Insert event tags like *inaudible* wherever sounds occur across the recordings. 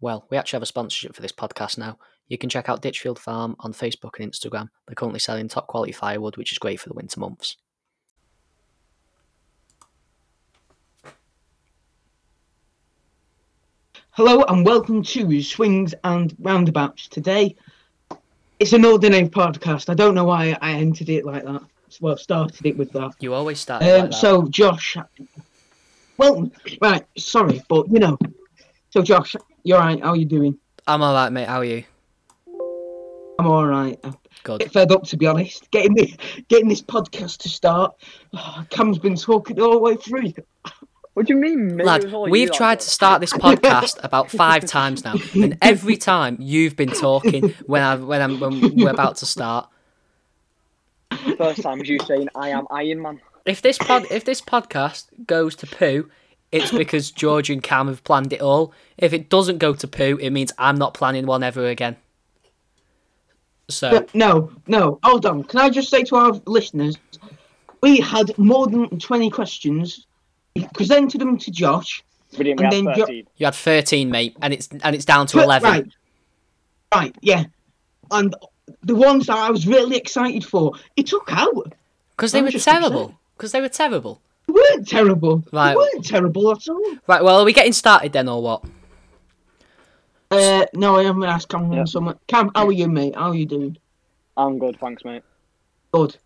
Well, we actually have a sponsorship for this podcast now. You can check out Ditchfield Farm on Facebook and Instagram. They're currently selling top quality firewood, which is great for the winter months. Hello and welcome to Swings and Roundabouts. Today, it's an ordinary podcast. I don't know why I entered it like that. Well, started it with that. You always start. it like Um, that. so, Josh. Well, right. Sorry, but you know. So, Josh, you're right. How you doing? I'm all right, mate. How are you? I'm all right. I'm a Good. bit fed up, to be honest. Getting this, getting this podcast to start. *sighs* Cam's been talking all the way through. What do you mean, mate? Lad, we've tried to start *laughs* this podcast about five times now, and every time you've been talking when I when I'm when we're about to start. The first time was you saying, I am Iron Man. If this pod if this podcast goes to poo, it's because George and Cam have planned it all. If it doesn't go to poo, it means I'm not planning one ever again. So But Uh, no, no. Hold on. Can I just say to our listeners, we had more than 20 questions. We presented them to Josh. We didn't, And we then had Jo- 13. you had thirteen, mate, and it's and it's down to eleven. Right. Right, yeah. And the ones that I was really excited for, it took out. Because they I'm were just terrible. Because they were terrible. They weren't terrible. Right. They weren't terrible at all. Right, well, are we getting started then or what? Uh, no, I haven't asked Cam Yeah. someone. Cam, how are you, mate? How are you doing? I'm good, thanks, mate. Good.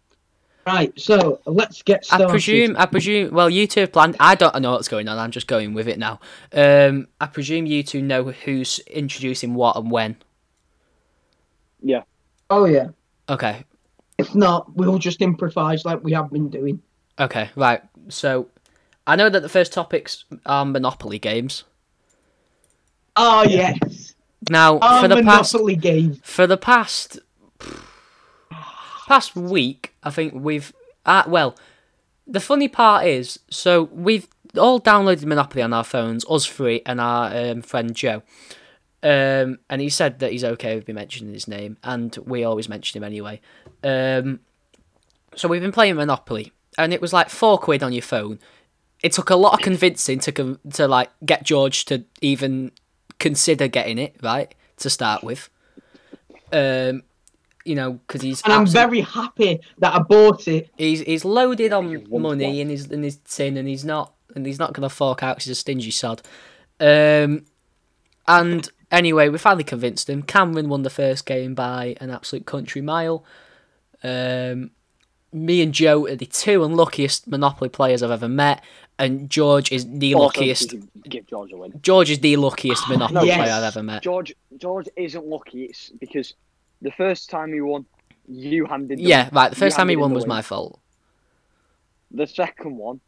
Right, so let's get started. I presume, I presume, well, you two have planned, I don't know what's going on, I'm just going with it now. Um, I presume you two know who's introducing what and when. Oh, yeah. Okay, If not, we'll just improvise like we have been doing. okay, right. So, I know that the first topics are Monopoly games. Oh, yes. Now, Our for the past Monopoly game. for the past past week, I think we've uh, well, the funny part is, so we've all downloaded Monopoly on our phones, us three and our um, friend Joe. Um, and he said that he's okay with me mentioning his name, and we always mention him anyway. Um, so we've been playing Monopoly, and it was like four quid on your phone. It took a lot of convincing to con- to like get George to even consider getting it right to start with. Um, you know, because he's and I'm absolute- very happy that I bought it. He's he's loaded on won't money in his in his tin, and he's not and he's not gonna fork out. 'cause He's a stingy sod. Um, and anyway, we finally convinced him. Cameron won the first game by an absolute country mile. Um, me and Joe are the two unluckiest Monopoly players I've ever met, and George is the Also, luckiest. Oh, you can give George a win. George is the *sighs* luckiest Monopoly yes. player I've ever met. George George isn't lucky. It's because the first time he won, you handed. the- Yeah, right. The you first time he handed him won the was win. my fault. The second one,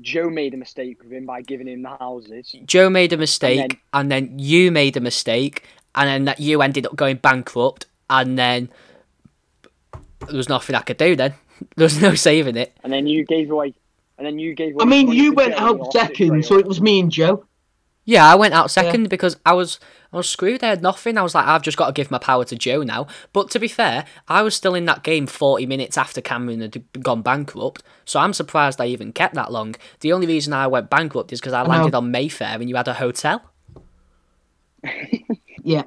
Joe made a mistake with him by giving him the houses. Joe made a mistake, then- and then, you made a mistake, and then that you ended up going bankrupt, and then there was nothing I could do. Then *laughs* there was no saving it. And then you gave away. And then you gave. Away I mean, money you to went Joe and out lost it second, straight so away. it was me and Joe. Yeah, I went out second because I was I was screwed. I had nothing. I was like, I've just got to give my power to Joe now. But to be fair, I was still in that game forty minutes after Cameron had gone bankrupt, so I'm surprised I even kept that long. The only reason I went bankrupt is because I landed on Mayfair and you had a hotel. Yeah,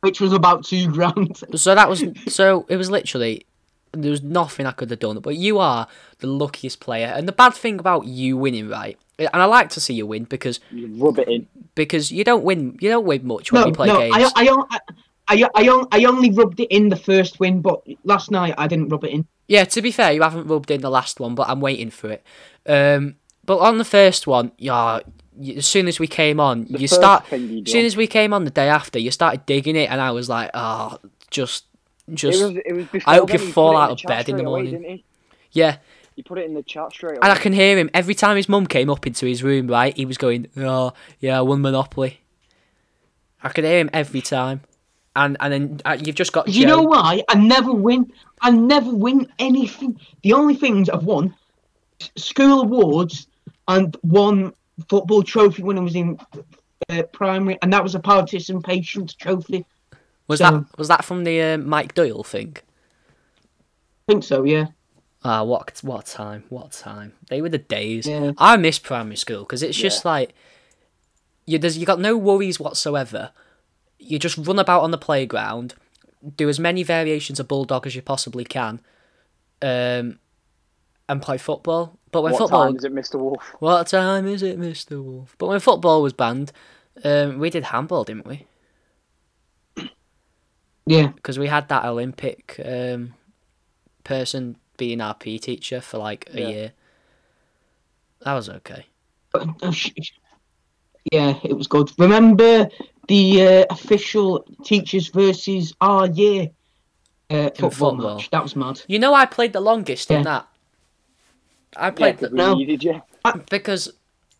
which was about two grand. So that was so it was literally there was nothing I could have done. But you are the luckiest player, and the bad thing about you winning, right? And I like to see you win because You rub it in. because you don't win you don't win much when No, you play no, I, games. I, on- I, I, I, on- I only rubbed it in the first win, but last night I didn't rub it in. Yeah, to be fair, you haven't rubbed in the last one, but I'm waiting for it. Um, but on the first one, yeah, you, as soon as we came on, you first start. thing you As soon done. as we came on the day after, you started digging it, and I was like, ah, just, just, It was. It was before I hope then, you he put fall it out the of chat bed in the straight away, morning. didn't he? yeah. You put it in the chat straight And I away. can hear him every time his mum came up into his room, right? He was going, Oh, yeah, I won Monopoly. I could hear him every time. And and then uh, you've just got Do you Joe. know why? I never win. I never win anything. The only things I've won, s- school awards, and one football trophy when I was in uh, primary, and that was a participation trophy. was so- that was that from the uh, Mike Doyle thing? I think so, yeah. Ah, what what time? What time? They were the days. Yeah. I miss primary school because it's just like you there's you got no worries whatsoever. you just run about on the playground, do as many variations of bulldog as you possibly can, um, and play football. But when what football, time is it, Mr. Wolf? what time is it, Mister Wolf? But when football was banned, um, we did handball, didn't we? Yeah. Because we had that Olympic um, person being our PE teacher for like a Yeah. year. That was okay. But, oh, sh- sh- yeah, it was good. Remember the uh, official teachers versus our year uh, football, football. match? That was mad. You know, I played the longest in Yeah. that. I Yeah, played 'cause the, No. we needed you. because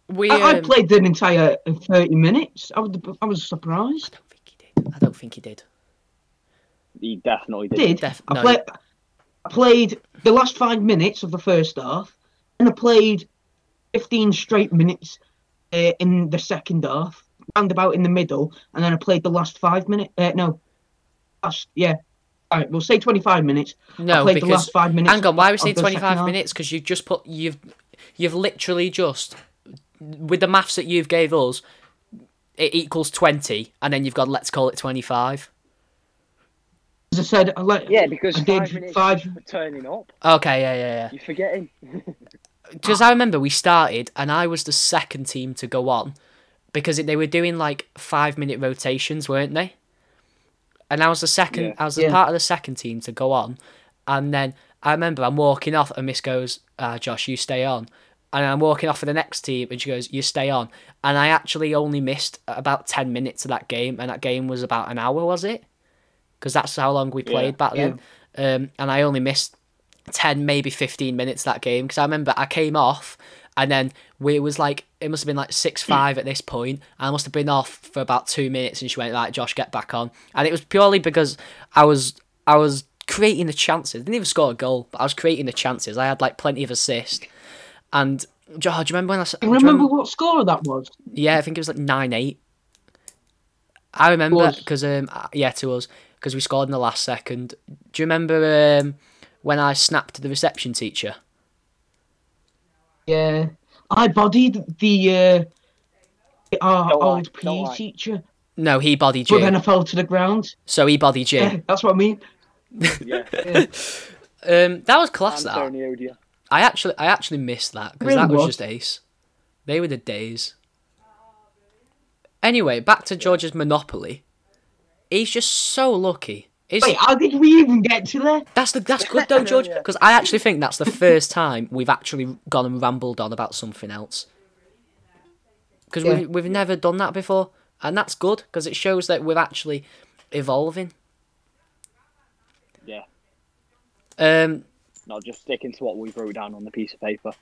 we. I, I um, played an entire uh, thirty minutes. I was I was surprised. I don't think he did. I don't think he did. He definitely I did. did Def- I no. played? I played the last five minutes of the first half, and I played fifteen straight minutes uh, in the second half, round about in the middle, and then I played the last five minutes. Uh, no, last yeah. All right, we'll say twenty-five minutes. No, I played because the last five minutes. Hang on, why we of say the second twenty five half. minutes? Because you've just put you've you've literally just with the maths that you've gave us, it equals twenty, and then you've got let's call it twenty five. As I said, I let, Yeah, because I five did minutes five- for turning up, Okay, yeah, yeah, yeah. you're *laughs* forgetting. Ah. Because I remember we started, and I was the second team to go on, because it, they were doing like five minute rotations, weren't they? And I was the second. Yeah. I was the Yeah. part of the second team to go on, and then I remember I'm walking off, and Miss goes, ah, "Josh, you stay on." And I'm walking off for the next team, and she goes, "You stay on." And I actually only missed about ten minutes of that game, and that game was about an hour, was it? Because that's how long we Yeah. played back then. Um, and I only missed 10 maybe 15 minutes that game because i remember i came off and then we it was like it must have been like 6-5 at this point i must have been off for about two minutes and she went like josh get back on and it was purely because i was i was creating the chances didn't even score a goal but i was creating the chances i had like plenty of assist and Josh, do you remember when i s- do Do you you remember what score that was? yeah, I think it was like nine eight. I remember Was. because um uh, yeah to us because we scored in the last second. Do you remember um when I snapped the reception teacher? Yeah, I bodied the uh, the- our Don't lie, old PE don't lie. teacher, No, he bodied but you. then I fell to the ground. So he bodied you. Yeah, that's what I mean. yeah, Um, that was class. That Antonio Dia. I actually I actually missed that because Really that was was. just ace. They were the days. Anyway, back to George's Monopoly. He's just so lucky. It's, Wait, how did we even get to there? That's the that's good though, George, because I actually think that's the first time we've actually gone and rambled on about something else. Because Yeah. we've we've never done that before, and that's good because it shows that we're actually evolving. Yeah, Um, not just sticking to what we wrote down on the piece of paper.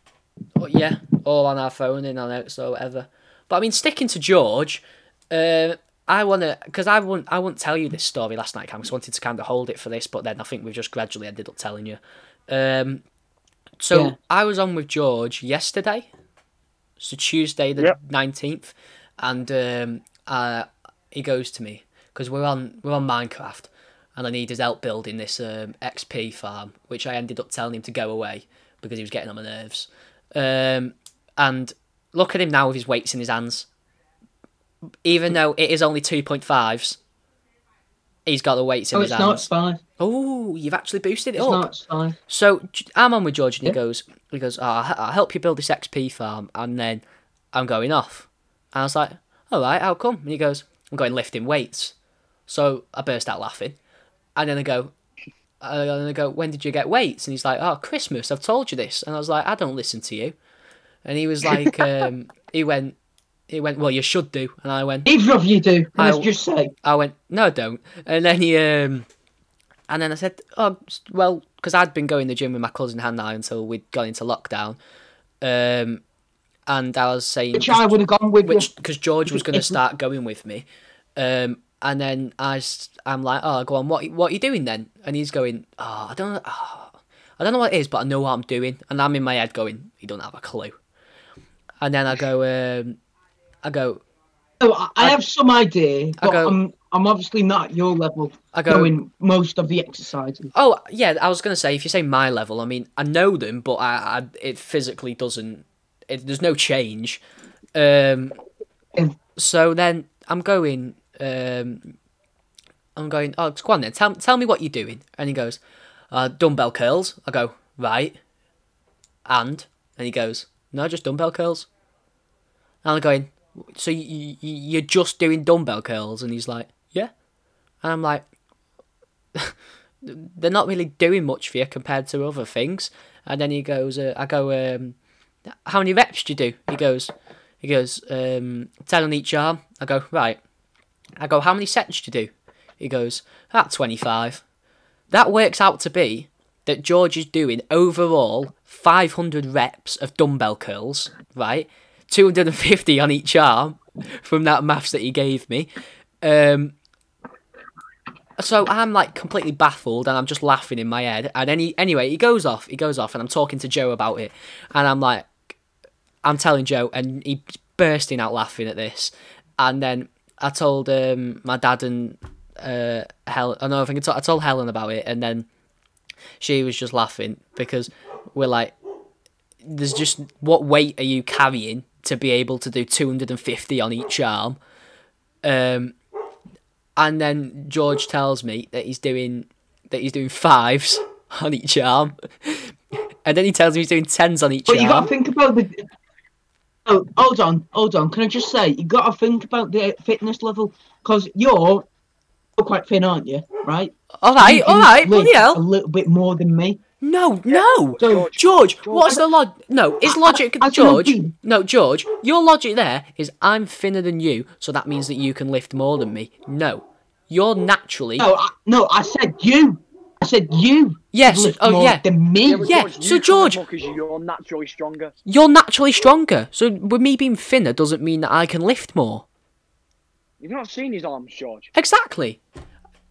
but yeah, all on our phone and on notes or whatever. But I mean, sticking to George, uh, I wanna because I wouldn't I wouldn't tell you this story last night. Cam, 'cause I wanted to kind of hold it for this, but then I think we've just gradually ended up telling you. Um, so Yeah. I was on with George yesterday, so Tuesday the Yep. nineteenth, and um, uh, he goes to me because we're on we're on Minecraft, and I need his help building this um, XP farm, which I ended up telling him to go away because he was getting on my nerves. Um, and look at him now with his weights in his hands. Even though it is only two point fives, he's got the weights in Oh, his it's hands. not. It's five. Oh, you've actually boosted it It's up. not. It's five. So J- I'm on with George, and he Yeah. goes, he goes, oh, I'll help you build this XP farm, and then I'm going off. And I was like, all right, how come? And he goes, I'm going lifting weights. So I burst out laughing, and then I go, uh, and then I go, when did you get weights? And he's like, oh, Christmas. I've told you this. And I was like, I don't listen to you. And he was like, um, he went, he went, well, you should do. And I went, Either of you do. I- Let's just say. I went, no, I don't. And then he, um, and then I said, oh, s- well, because I'd been going to the gym with my cousin Hannah until we'd gone into lockdown. Um, and I was saying, Which I would have gone with. which because George was Because going to if- start going with me, um, and then I am like, oh, go on, what what are you doing then? And he's going, oh, I don't, oh, I don't know what it is, but I know what I'm doing, and I'm in my head going, you don't have a clue. And then I go, um, I go, you. No, I, I have some idea, but go- I'm I'm obviously not at your level. I go- knowing most of the exercises. Oh yeah, I was gonna say if you say my level, I mean I know them, but I, I it physically doesn't. It, there's no change. Um, Yeah. so then I'm going. Um, I'm going, oh, go on then, tell, tell me what you're doing. And he goes, uh, dumbbell curls. I go, right. And? And he goes, no, just dumbbell curls. And I'm going, so you, you, you're just doing dumbbell curls? And he's like, yeah. And I'm like, *laughs* they're not really doing much for you compared to other things. And then he goes, uh, I go, um, how many reps do you do? He goes, he goes, um, 10 on each arm. I go, right. I go, how many sets do you do? He goes, at 25. That works out to be that George is doing overall 500 reps of dumbbell curls, right? 250 on each arm from that maths that he gave me. Um, so I'm like completely baffled and I'm just laughing in my head. And any anyway, he goes off, he goes off, and I'm talking to Joe about it, and I'm like, I'm telling Joe, and he's bursting out laughing at this. And then I told um, my dad and uh, Helen. I know I think I, to- I told Helen about it, and then she was just laughing because we're like, there's just what weight are you carrying to be able to do 250 on each arm? Um, and then George tells me that he's doing that he's doing fives *laughs* on each arm, *laughs* and then he tells me he's doing tens on each But you got arm. to think about the. Oh, hold on, hold on. Can I just say, you got to think about the fitness level because you're, you're quite thin, aren't you? Right? all right, You can all right, lift bloody A hell. little bit more than me. No, no, So- George, What's the log? No, is logic, I- I don't George. agree. No, George, your logic there is I'm thinner than you, so that means that you can lift more than me. No, you're naturally. No, I, no, I said you. I said you. Yes, lift oh, more yeah. Than me. but yeah, George, so you can George- look, 'cause you're naturally stronger. You're naturally stronger, so with me being thinner doesn't mean that I can lift more. You've not seen his arms, George. Exactly.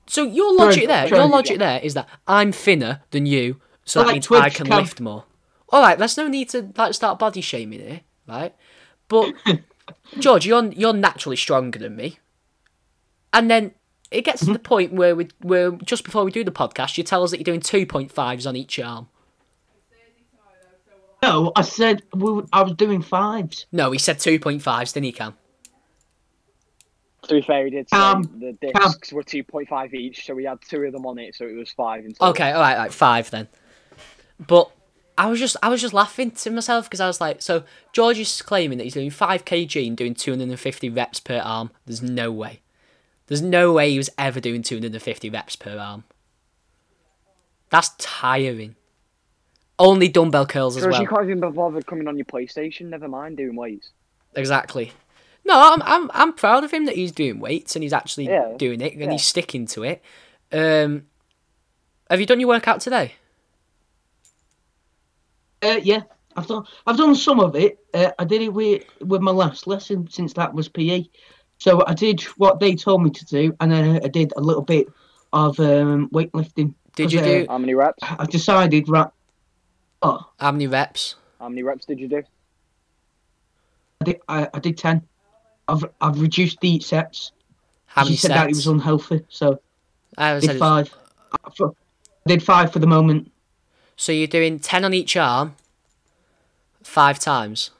So your logic there, sorry, your yeah. logic there is that I'm thinner than you, so that Like means I Twitch can cam- lift more. All right, there's no need to like start body shaming here, right? *laughs* But George, you're you're naturally stronger than me, and then it gets *laughs* to the point where we where just before we do the podcast, you tell us that you're doing two point fives on each arm. No, I said we, were- I was doing fives. No, he said two point fives, didn't he, Cam? To be fair, he did say Cam, the discs were 2.5 each, so we had two of them on it, so it was five. Instead. Okay, all right, like five then. But I was just I was just laughing to myself because I was like, so George is claiming that he's doing five kg and doing two hundred and fifty reps per arm. There's no way. There's no way he was ever doing two hundred and fifty reps per arm. That's tiring. Only dumbbell curls as George, well. you can't even be bothered coming on your PlayStation. Never mind doing weights. Exactly. No, I'm I'm I'm proud of him that he's doing weights and he's actually Yeah, doing it and yeah. he's sticking to it. Um, have you done your workout today? Uh, yeah, I've done. I've done some of it. Uh, I did it with with my last lesson since that was PE. So I did what they told me to do, and then I did a little bit of um, weightlifting. Did you 'Cause, do uh, How many reps? I've decided right. Oh, how many reps? How many reps did you do? I did. I, I did ten. I've I've reduced the sets. How many she said that it sets? was unhealthy, so I I said did it's- five. I f- did five for the moment. So you're doing ten on each arm, five times.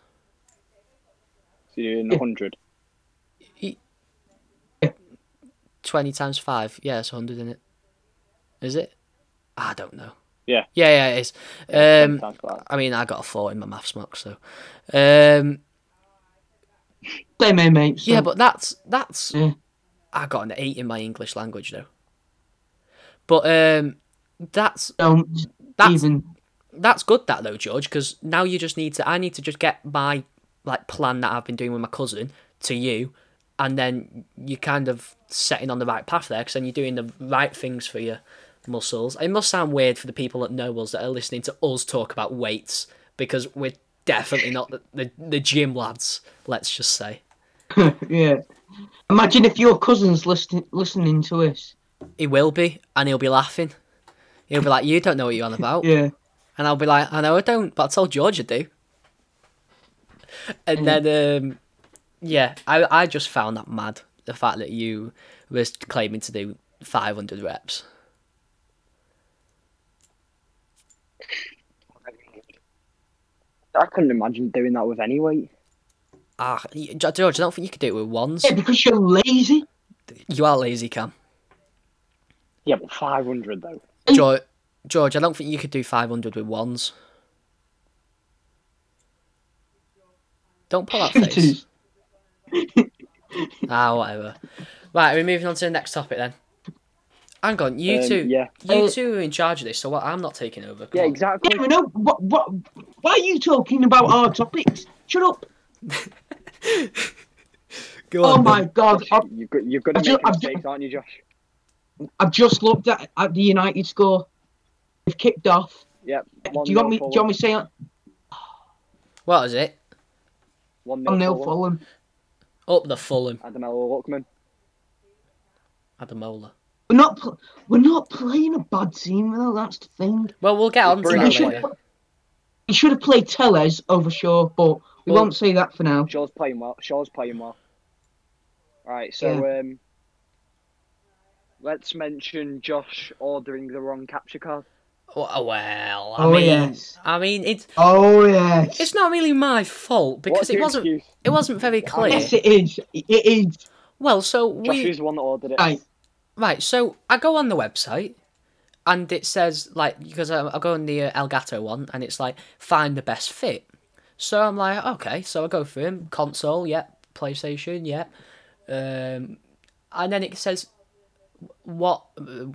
So you're doing 100. 20 times 5 yeah it's 100 in it is it i don't know Yeah. yeah yeah it is um times five. i mean i got a 4 in my maths mock so um Same here, mate. so- yeah but that's that's Mm. Yeah. i got an 8 in my english language though but um that's don't That's- even *laughs* that's good that though george because now you just need to i need to just get my like plan that i've been doing with my cousin to you and then you're kind of setting on the right path there because then you're doing the right things for your muscles it must sound weird for the people that know us that are listening to us talk about weights because we're definitely not the, the, the gym lads let's just say yeah. Imagine if your cousin's listening listening to us. he will be and he'll be laughing he'll be like you don't know what you're on about Yeah. And I'll be like, I know I don't, but I told George I do. And then, um, yeah, I, I just found that mad. The fact that you was claiming to do 500 reps. I couldn't imagine doing that with any weight. Ah, y- George, I don't think you could do it with ones. Yeah, because you're lazy. You are lazy, Cam. Yeah, but 500 though. George, George, I don't think you could do 500 with ones. Don't *laughs* pull Oh, that face. Shooters. ah, whatever. Right, we're moving on to the next topic then. Hang on, you Um, two, yeah. you Uh, two are in charge of this, so what? I'm not taking over. come Yeah, on. exactly. Yeah, we know. What? What? Why are you talking about our topics? Shut up! Go Oh on, my god! I've, You've got, you've got to I've ju- make I've ju- mistakes, aren't you, Josh? I've just looked at, at the United score. They've kicked off. Yep. Do you want me? Do you want me to say it? then. What is it? One One nil nil Fulham. Up the Fulham, Adamello Luckman. Adamola. We're not. Pl- we're not playing a bad team though. That's the thing. Well, we'll get on to Bring We that it should. later. on. pl- We should have played Tellez over Shaw, but we Well- won't say that for now. Shaw's playing well. Shaw's playing well. Right, so um, let's mention Josh ordering the wrong capture card. Well, well, I Oh mean, yes. I mean, it's Oh yes. it's not really my fault because What's it your wasn't excuse? it wasn't very clear. yes, it is. It is. Well, so Josh we is the one that ordered it. Right. Right, so I go on the website, and it says like because I, I go on the uh, Elgato one, and it's like find the best fit. So I'm like, okay, so I go for him console, yeah, PlayStation, yeah, um, and then it says what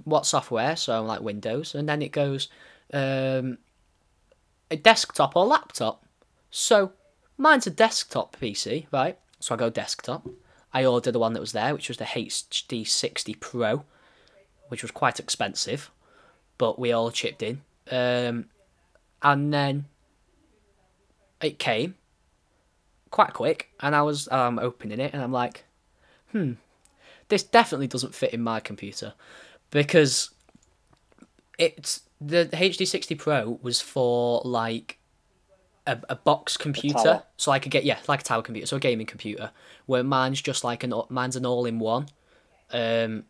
what software. So I'm like Windows, and then it goes um, a desktop or laptop. So mine's a desktop PC, right? So I go desktop. I ordered the one that was there, which was the HD60 Pro, which was quite expensive, but we all chipped in. Um, and then it came quite quick, and I was um, opening it, and I'm like, hmm, this definitely doesn't fit in my computer because it's the HD60 Pro was for like a, a box computer, tower. so I could get yeah, like a tower computer, so a gaming computer, where mine's just like an mine's an all-in-one, um,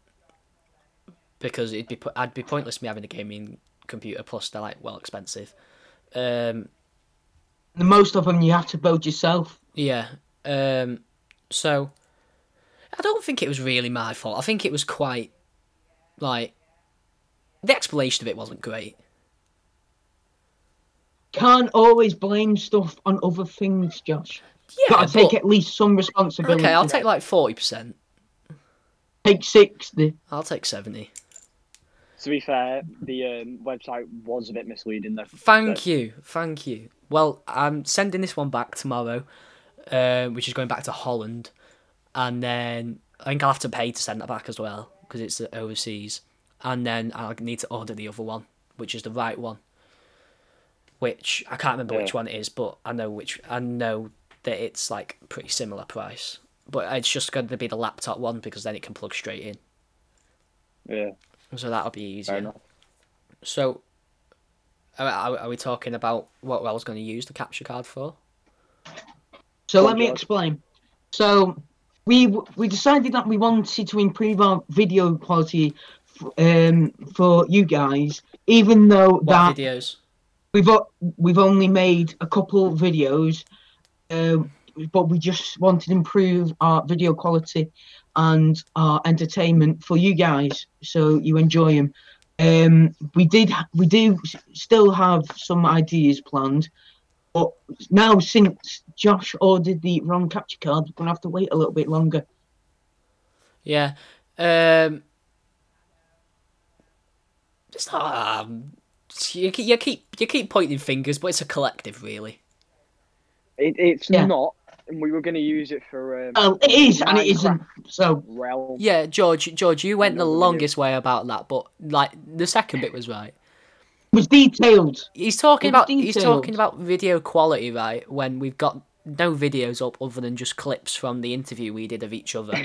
because it'd be po- I'd be pointless me having a gaming computer plus they're like well expensive, um, The most of them you have to build yourself. yeah. Um, so I don't think it was really my fault. I think it was quite like the explanation of it wasn't great. Can't always blame stuff on other things, Josh. Yeah, Gotta take but- at least some responsibility. Okay, I'll take like forty percent. Take sixty. I'll take seventy. To be fair, the um, website was a bit misleading though. Thank you, thank you. Well, I'm sending this one back tomorrow, uh, which is going back to Holland, and then I think I'll have to pay to send that back as well because it's uh, overseas, and then I'll need to order the other one, which is the right one, which I can't remember which Yeah. one it is, but I know which I know that it's like pretty similar price, but it's just going to be the laptop one because then it can plug straight in, Yeah, so that'll be easier. fair enough. So, are, are, are we talking about what I was going to use the capture card for? So Go let on, me George. explain. So we we decided that we wanted to improve our video quality f- um, for you guys, even though What that videos? we've o- we've only made a couple videos, um, but we just wanted to improve our video quality and our entertainment for you guys, so you enjoy them. Um, we did we do s- still have some ideas planned, but now since Josh ordered the wrong capture card, we're gonna have to wait a little bit longer. Yeah. Um, it's not. Um, you, keep- you keep you keep pointing fingers, but it's a collective, really. It, it's Yeah. not, and we were going to use it for um, Oh, it is and it isn't. So Realm. Yeah, George, George, you went the know what we do. longest way about that, but like the second bit was right. it was detailed. He's talking It was about he's detailed. talking about video quality, right? When we've got no videos up other than just clips from the interview we did of each other. *laughs*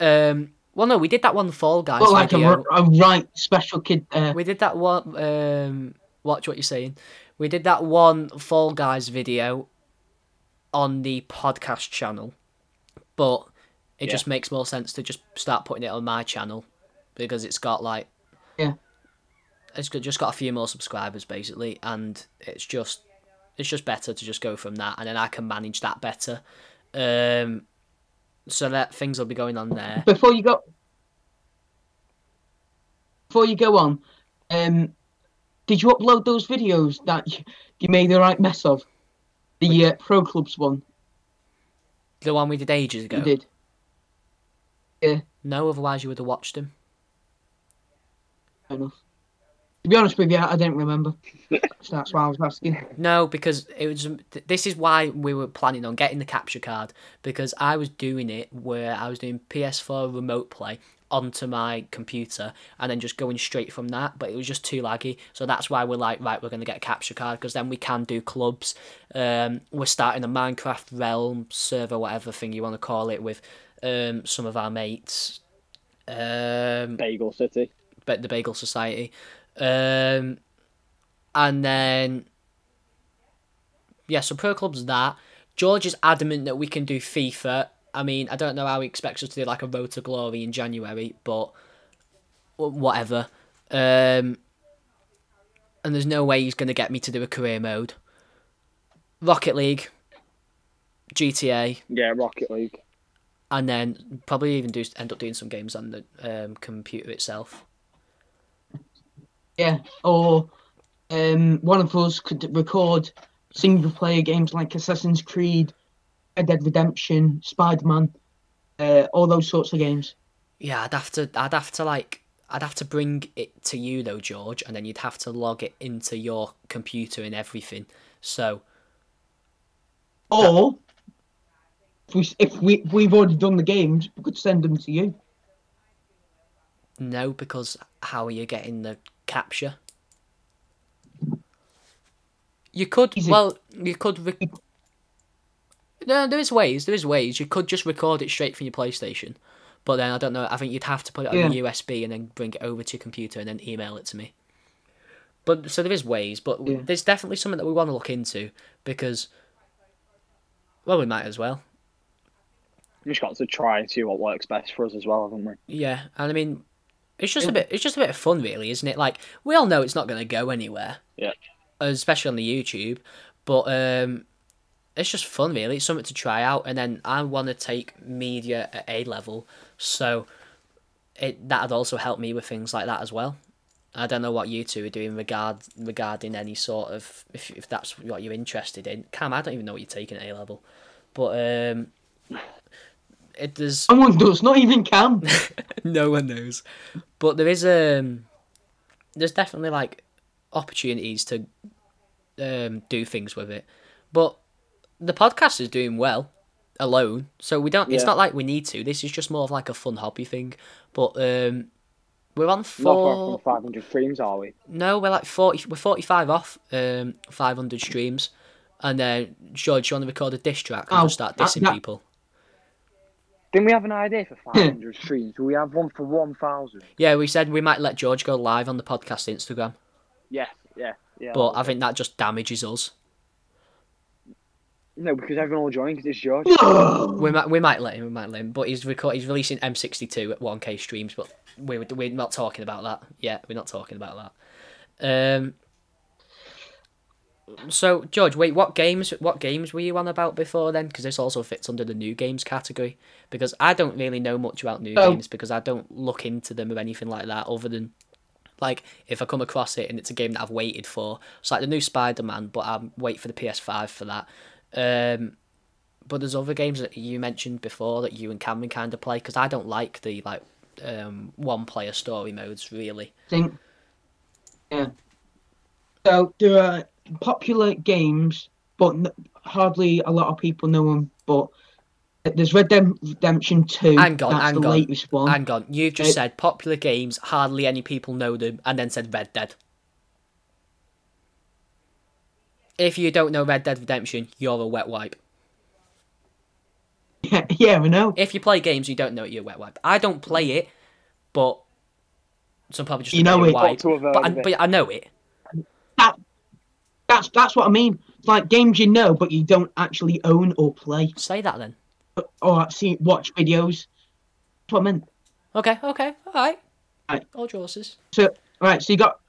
um, well, no, we did that one Fall Guys But like a, video. r- a right special kid uh, there. We did that one. Um, watch what you're saying. We did that one Fall Guys video on the podcast channel, but it Yeah. just makes more sense to just start putting it on my channel because it's got like Yeah. it's got, just got a few more subscribers basically, and it's just it's just better to just go from that, and then I can manage that better. Um, so that things will be going on there. before you go before you go on, um, did you upload those videos that you, you made the right mess of? The uh, pro clubs one The one we did ages ago. you did. No, otherwise you would have watched him. Fair enough. To be honest with you, I didn't remember. so that's why I was asking. No, because it was. th- This is why we were planning on getting the capture card because I was doing it where I was doing PS4 remote play onto my computer and then just going straight from that. But it was just too laggy, so that's why we're like, right, we're gonna get a capture card because then we can do clubs. Um, we're starting a Minecraft realm server, whatever thing you want to call it, with um some of our mates. Um, Bagel City. but the Bagel Society, um, and then yeah, so Pro Club's that. George is adamant that we can do FIFA. I mean, I don't know how he expects us to do like a Road to Glory in January, but w- whatever. Um, and there's no way he's going to get me to do a career mode. Rocket League, GTA, Yeah, Rocket League. and then probably even do end up doing some games on the um, computer itself. Yeah, or um, one of us could record single player games like Assassin's Creed, Red Dead Redemption, Spider Man, uh, all those sorts of games. Yeah, I'd have to. I'd have to like. I'd have to bring it to you though, George, and then you'd have to log it into your computer and everything. So Or if we if we we've already done the games, we could send them to you. no, because how are you getting the capture? You could Easy. well. You could. Re- no, there is ways. There is ways. You could just record it straight from your PlayStation, but then I don't know. I think you'd have to put it on Yeah. a USB and then bring it over to your computer and then email it to me. But so there is ways, but w- Yeah. there's definitely something that we want to look into because, well, we might as well. We've just got to try and see what works best for us as well, haven't we? Yeah, and I mean, it's just a bit. It's just a bit of fun, really, isn't it? Like we all know it's not going to go anywhere. Yeah. Especially on the YouTube, but um, it's just fun, really. It's something to try out, and then I want to take media at A level, so it that'd also help me with things like that as well. I don't know what you two are doing regard regarding any sort of if if that's what you're interested in. Cam, I don't even know what you're taking at A level, but um, it does. Someone does not *laughs* even Cam. *laughs* no one knows. But there is um there's definitely like opportunities to um do things with it. But the podcast is doing well alone. So we don't it's Yeah. not like we need to. This is just more of like a fun hobby thing. But um we're on Not four far from 500 frames, are we? no, we're like forty. We're forty-five off. Um, five hundred streams, and then George, you want to record a diss track and Oh, just start that- dissing that- people? Didn't we have an idea *laughs* for 500 streams? We have one for 1,000. Yeah, we said we might let George go live on the podcast Instagram. Yeah, yeah, yeah. But I think that just damages us. no, because everyone will join because it's George. No. We might we might let him, we might let him. But he's record, he's releasing M62 at 1K streams, but we're we're not talking about that. Yeah, we're not talking about that. Um. So George, wait, what games? What games were you on about before then? Because this also fits under the new games category. Because I don't really know much about new Oh. games because I don't look into them or anything like that, other than like if I come across it and it's a game that I've waited for. It's like the new Spider Man, but I'm wait for the PS5 for that. Um, but there's other games that you mentioned before that you and Cameron kind of play because I don't like the like um, one player story modes really. think. Yeah. So there are popular games, but n- hardly a lot of people know them. But there's Red Dead Redemption Two. Hang on, that's hang the on, latest one. Hang on, you've just It- said popular games, hardly any people know them, and then said Red Dead. If you don't know Red Dead Redemption, you're a wet wipe. *laughs* Yeah, yeah, I know. If you play games, you don't know it, you're a wet wipe. I don't play it, but some probably just You know a it. wipe. Got to have heard But I, of it. but I know it. That's that's what I mean. It's like games you know, but you don't actually own or play Say that then. or actually watch videos. That's what I meant. Okay, okay, all right. Right. All horses. So right, so you got.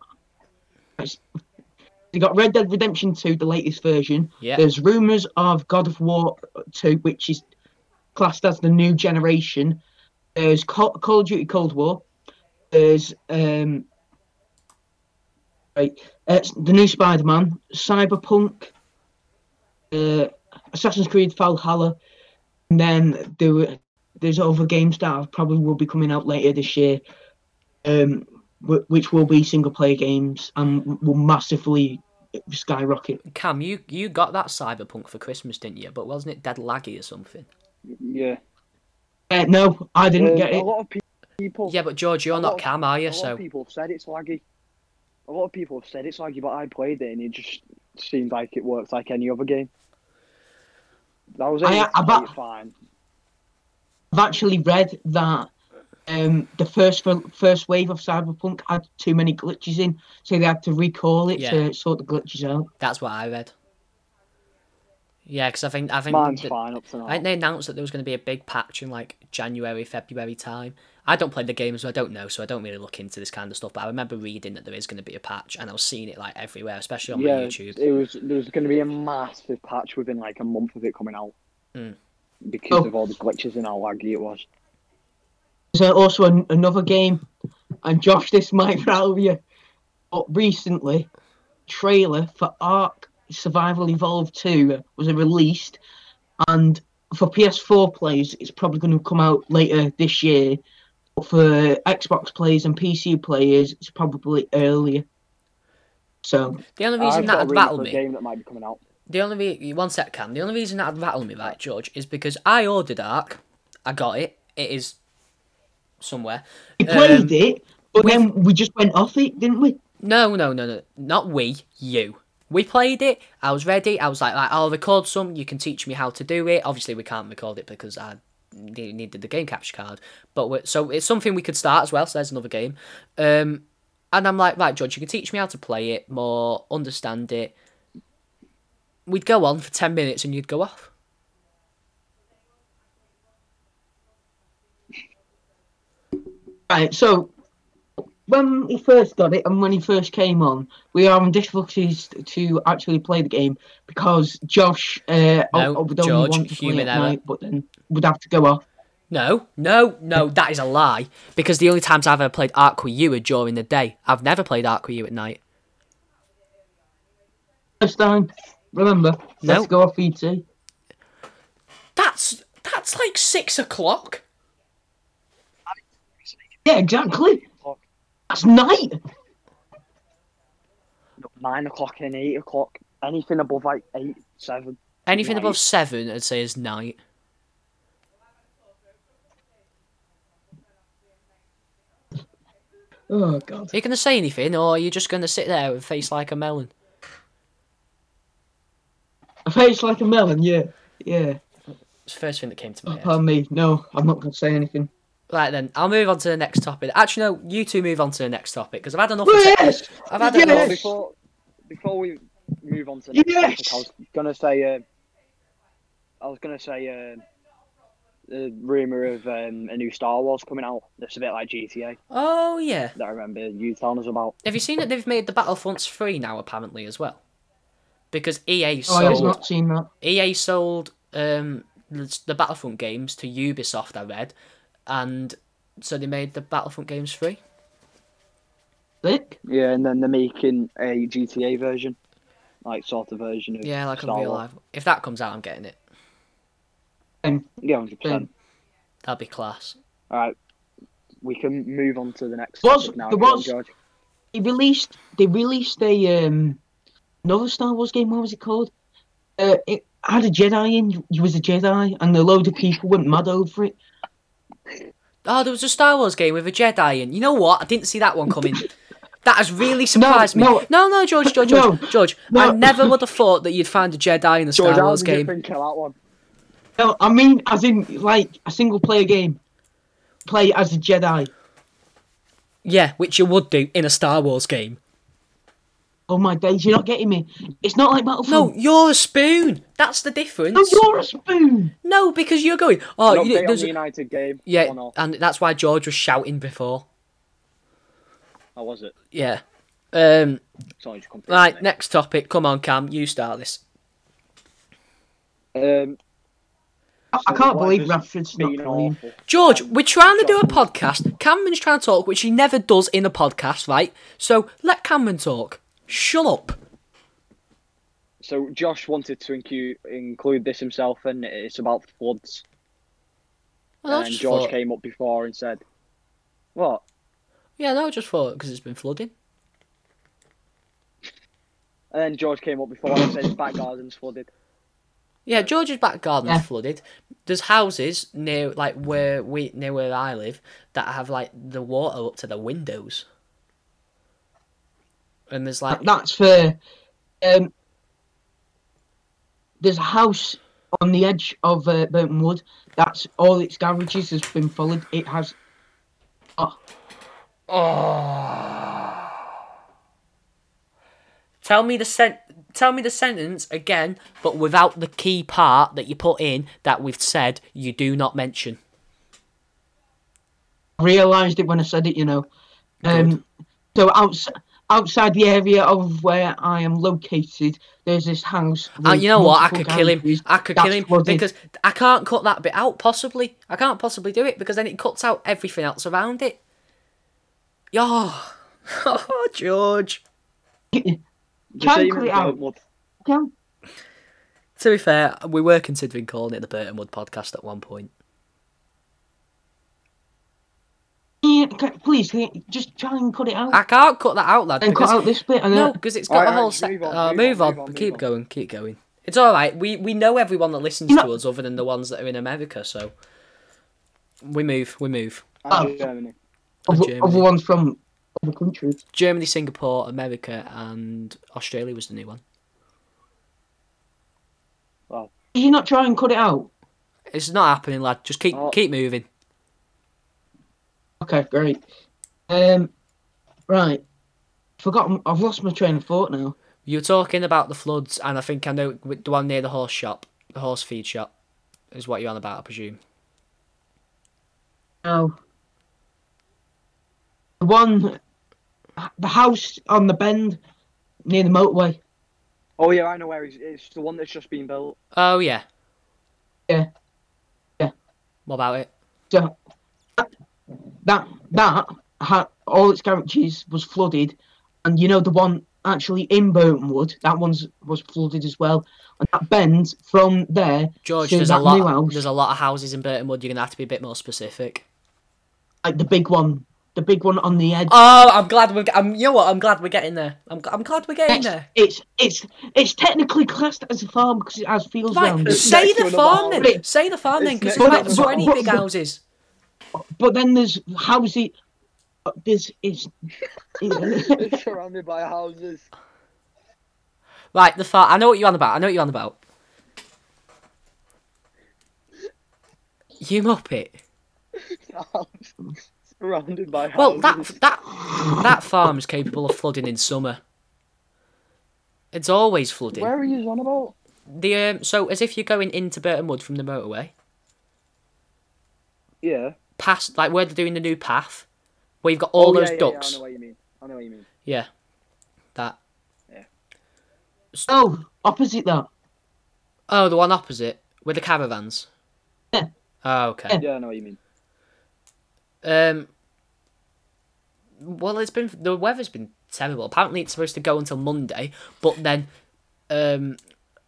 You got Red Dead Redemption 2, the latest version. Yeah. There's rumours of God of War 2, which is classed as the new generation. There's Call, Call of Duty Cold War. There's um, great. Uh, the new Spider-Man, Cyberpunk, uh, Assassin's Creed Valhalla, and then there were, there's other games that probably will be coming out later this year, um, wh- which will be single-player games and will massively skyrocket. Cam, you you got that Cyberpunk for Christmas, didn't you? But wasn't it dead laggy or something? Yeah. Uh, no, I didn't Um, get a it. lot of pe- people. Yeah, but George, you're A lot not of- Cam, are a you? lot So of people have said it's laggy. A lot of people have said it's laggy, but I played it and it just seemed like it worked like any other game. That was it. I- I bet- It's fine. I've actually read that um, the first first wave of Cyberpunk had too many glitches in, so they had to recall it Yeah. to sort the glitches out. that's what I read. Yeah, because I think I think Mine's that- fine up to now. I think they announced that there was going to be a big patch in like January, February time. I don't play the game, so I don't know, so I don't really look into this kind of stuff. But I remember reading that there is going to be a patch, and I was seeing it like everywhere, especially on yeah, my YouTube. it was. There was going to be a massive patch within like a month of it coming out Mm. because Oh. of all the glitches and how laggy it was. There's also an, another game, and Josh, this might *laughs* rattle you, but recently, trailer for Ark Survival Evolved 2 was released, and for PS4 players, it's probably going to come out later this year. But for Xbox players and PC players, it's probably earlier. So The only reason I've got a that'd rumor rattle for a me, game that might be coming out. the only re- one sec, Cam. The only reason that'd rattle me, right, George, is because I ordered Ark, I got it. It is somewhere. we played Um, it, but we've- then we just went off it, didn't we? No, no, no, no. Not we, you. We played it. I was ready. I was like, right, I'll record some. You can teach me how to do it. Obviously, we can't record it because I ne- needed the game capture card. But we so it's something we could start as well. So there's another game. Um, and I'm like, right, George, you can teach me how to play it more, understand it. We'd go on for ten minutes, and you'd go off. Right, so when we first got it and when he first came on, we are in difficulties to actually play the game because Josh uh, No, would only George, want to play human at error. night, but then would have to go off. No, no, no, that is a lie. Because the only times I've ever played Arc with you are during the day. I've never played Arc with you at night. First time, remember, No. let's go off E ET. It That's that's like six o'clock. Yeah, exactly. Fuck. That's night. Nine o'clock and eight o'clock. Anything above like eight, seven. Anything Night. above seven, I'd say is night. Oh, God. Are you gonna say anything, or are you just gonna sit there with face like a melon? I face like a melon, yeah. Yeah. Oh, It's the first thing that came to my head. Pardon me. No, I'm not going to say anything. Right then, I'll move on to the next topic. Actually, no, you two move on to the next topic because I've had enough. of tech- Yes! I've had Yes! enough. Before, before we move on to the next Yes! topic, I was gonna say. Uh, I was gonna say. Uh, the rumor of um, a new Star Wars coming out. That's a bit like GTA Oh yeah. that I remember you telling us about. Have you seen that they've made the Battlefronts free now apparently as well? Because E EA Oh, I have sold not seen that. EA E sold um, the the Battlefront games to Ubisoft. I read, and so they made the Battlefront games free. Dick? Yeah, and then they're making a GTA version, like sort of version of Yeah, like in Star real Wars. life. If that comes out, I'm getting it. Yeah, hundred percent. That'd be class. All right, we can move on to the next. Was- topic now, there if you want, was- George. they released they released a um another Star Wars game. What was it called? Uh, it had a Jedi in. You was a Jedi, and a load of people went mad over it. Oh, there was a Star Wars game with a Jedi in. You know what? I didn't see that one *laughs* coming. That has really surprised no. me. No, no, George, George, No, George, George. I no. never would have thought that you'd find a Jedi in a Star George, how Wars did you game. think of that one? No, I mean as in like a single player game. Play as a Jedi. Yeah, which you would do in a Star Wars game. Oh my days, you're not getting me. It's not like No, Battlefield. Oh, you're a spoon. That's the difference. no you're a spoon. No, because you're going. Oh, An you, update on there's- the United game. yeah, or not? and that's why George was shouting before. How was it? Yeah. Um. Sorry, just completely Right. missed. Next topic. Come on, Cam. You start this. Um, I, I so can't what believe has Rashford's not been playing. awful. George, we're trying to do a podcast. Cameron's trying to talk, which he never does in a podcast, right? So let Cameron talk. Shut up. So Josh wanted to incu- include this himself, and it's about floods. Well, I and just George thought, came up before and said, "What? yeah, no, I just thought because it's been flooding. And then George came up before and said, "Back garden's flooded." Yeah, George's back garden's Yeah. flooded. There's houses near like where we near where I live that have like the water up to the windows. And there's like That's fair. Um, there's a house on the edge of uh, Burton Wood. That's all its garages has been followed. It has. Oh, Tell me the sen- tell me the sentence again, but without the key part that you put in that we've said you do not mention. I realised it when I said it. You know. Um, so outs- outside the area of where I am located, there's this house. Uh, with you know what? I multiple could kill him. garages I could that's kill him flooded. because I can't cut that bit out. Possibly, I can't possibly do it because then it cuts out everything else around it. Oh, *laughs* oh George. The Can't same cut in it out. Bournemouth. Can- To be fair, we were considering calling it the Burton Wood podcast at one point. Yeah, can- please, can you just try and cut it out I can't cut that out, lad. and cut because- out this bit. And No, then because it's All got right, a whole Alex, set. move on, uh, Mm. move move on, on, move on, keep move on. going, keep going. It's all right. We we know everyone that listens You know- to us, other than the ones that are in America. So we move, we move. And Oh. Germany. other, Germany. other ones from other countries. Germany, Singapore, America, and Australia was the new one. Did you not try and cut it out? It's not happening, lad. Just keep Oh. keep moving. Okay, great. Um, right. Forgotten. I've lost my train of thought now. You're talking about the floods, and I think I know with the one near the horse shop, the horse feed shop, is what you're on about, I presume. No. The one, the house on the bend near the motorway. Oh yeah, I know where he's. It's the one that's just been built. Oh yeah. Yeah. Yeah. What about it? So that that had all its garages was flooded, and you know the one actually in Burton Wood, that one's was flooded as well. And that bend from there George, to there's a that new lot. house, There's a lot of houses in Burton Wood. You're gonna have to be a bit more specific. like the big one, the big one on the edge. Oh, I'm glad we're. I'm, you know what? I'm glad we're getting there. I'm. I'm glad we're getting It's, there. it's it's it's technically classed as a farm because it has fields round Right, it. say next to the another farm house. then. Say the farm then, It's because next there's to about another twenty house. big houses. But then there's houses. There's it's. *laughs* it's surrounded by houses. *laughs* Right, the farm. I know what you're on about. I know what you're on about. You muppet. surrounded by houses. Well, that that that farm is capable of flooding in summer. It's always flooding. Where are you on about? The um, so as if you're going into Burton Wood from the motorway, Yeah. past like where they're doing the new path, where you've got all oh, those yeah, yeah, ducks. Yeah, I know what you mean. I know what you *laughs* mean. Yeah. That. *laughs* oh, opposite that. Oh, the one opposite with the caravans. Yeah. Oh, okay. Yeah, I know what you mean. Um. Well, it's been the weather's been terrible. Apparently, it's supposed to go until Monday, but then, um,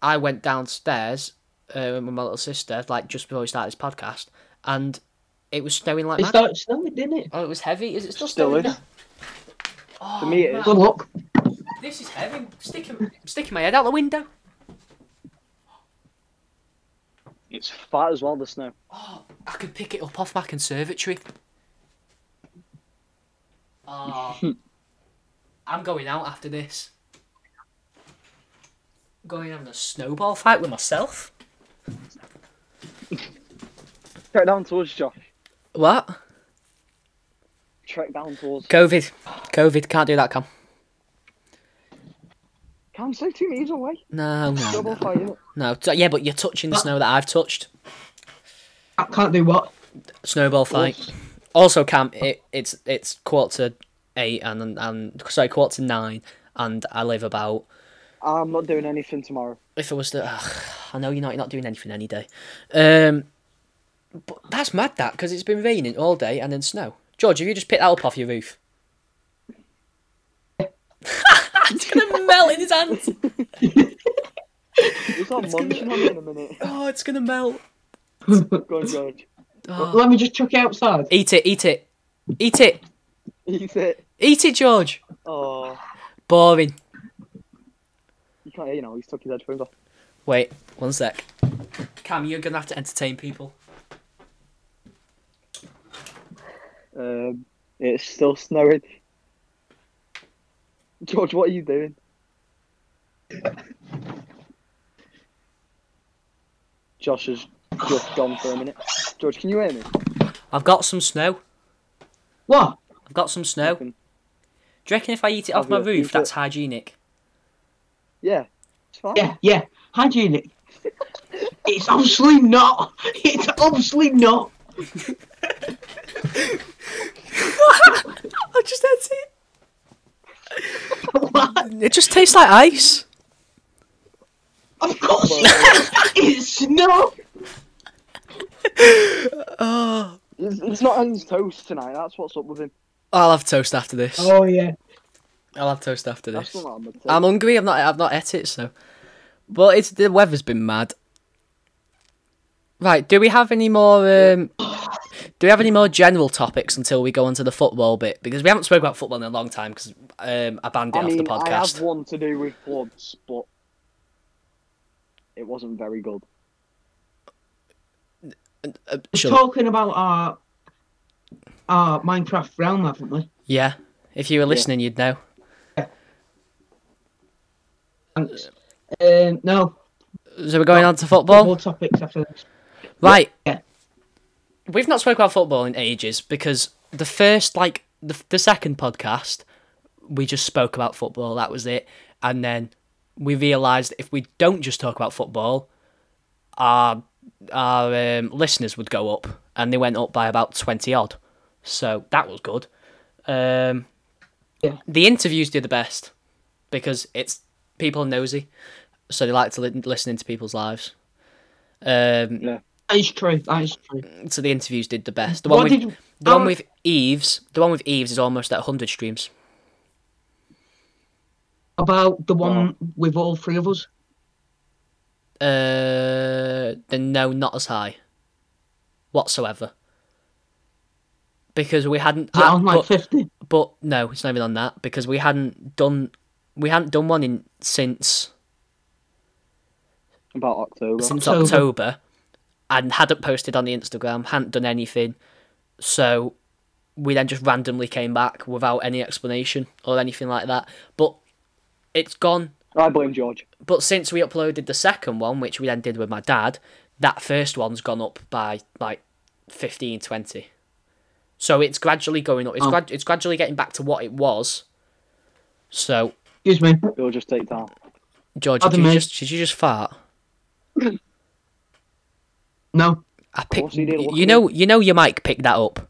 I went downstairs um, with my little sister like just before we started this podcast, and it was snowing like It mad. started snowing, didn't it? Oh, it was heavy. Is it still, Still snowing? is. Oh, For me, it is. man, Good luck. This is heavy. Sticking, sticking my head out the window. It's fat as well, the snow. Oh, I could pick it up off my conservatory. Oh, I'm going out after this. Going having a snowball fight with myself. Trek down towards Josh. What? Trek down towards. COVID. COVID. Can't do that, Cam. Can't stay two metres away. No, no, Double no. fire. it. no. t- yeah, but you're touching the snow that I've touched. I can't do what. Snowball fight. Also, Cam, it, it's it's quarter to eight and, and and sorry, quarter to nine, and I live about I'm not doing anything tomorrow. if I was to, ugh, I know you're not, you're not doing anything any day. Um, but that's mad that because it's been raining all day and then snow. George, have you just picked that up off your roof? *laughs* It's gonna melt in his hands. He's not munching on it in a minute. Oh, it's gonna melt. *laughs* Go *laughs* on, George. Oh. Let me just chuck it outside. Eat it, eat it, eat it, Eat it. eat it, George. Oh, Boring. you can't hear you know. He's took his headphones off. Wait, one sec. Cam, you're gonna have to entertain people. Um, it's still snowing. *laughs* George, what are you doing? Josh has just gone for a minute. George, can you hear me? I've got some snow. What? I've got some snow. Do Nothing. you reckon if I eat it off Have my you roof, eaten that's it? hygienic? Yeah, it's fine. Yeah, yeah. Hygienic. it's obviously not. It's obviously not. I just ate it. It just tastes like ice. Of course Well, it's not. Oh, He's, he's not on his toast tonight. That's what's up with him. I'll have toast after this. Oh yeah. I'll have toast after That's this. not on the tip. I'm hungry. I've not. I've not ate it. So, but it's the weather's been mad. Right. Do we have any more? Um, do we have any more general topics until we go on to the football bit? Because we haven't spoken about football in a long time. Because um, I banned it I off mean, the I have podcast. one to do with floods, but it wasn't very good. Uh, We're sure. talking about our our Minecraft realm, haven't we? Yeah. If you were listening, you'd know. Thanks. Um, no. So we're going on to Oh. more football. topics after this. Right. Yeah. We've not spoken about football in ages because the first, like the the second podcast, we just spoke about football. That was it, and then we realised if we don't just talk about football, our our um, listeners would go up, and they went up by about twenty odd. So that was good. Um, Yeah. The interviews do the best because it's people are nosy, so they like to li- listen into people's lives. Um, That is true. That is true. so the interviews did the best. The What one with did- the how- one with Eves, the one with Eves is almost at hundred streams. About the one with all three of us. Uh, then no, not as high, whatsoever. Because we hadn't. Is it ah, on like but, fifty? but no, it's not even on that because we hadn't done we hadn't done one in since About October. since October. October, and hadn't posted on the Instagram, hadn't done anything. So we then just randomly came back without any explanation or anything like that. But it's gone I blame George. But since we uploaded the second one, which we then did with my dad, that first one's gone up by like 15, 20. So it's gradually going up. It's, Oh. grad- it's gradually getting back to what it was. So, Excuse me. He'll just take down. George, Pardon did you, me. just, did you just fart? No. I picked. he did, what You can know, you know, your mic picked that up.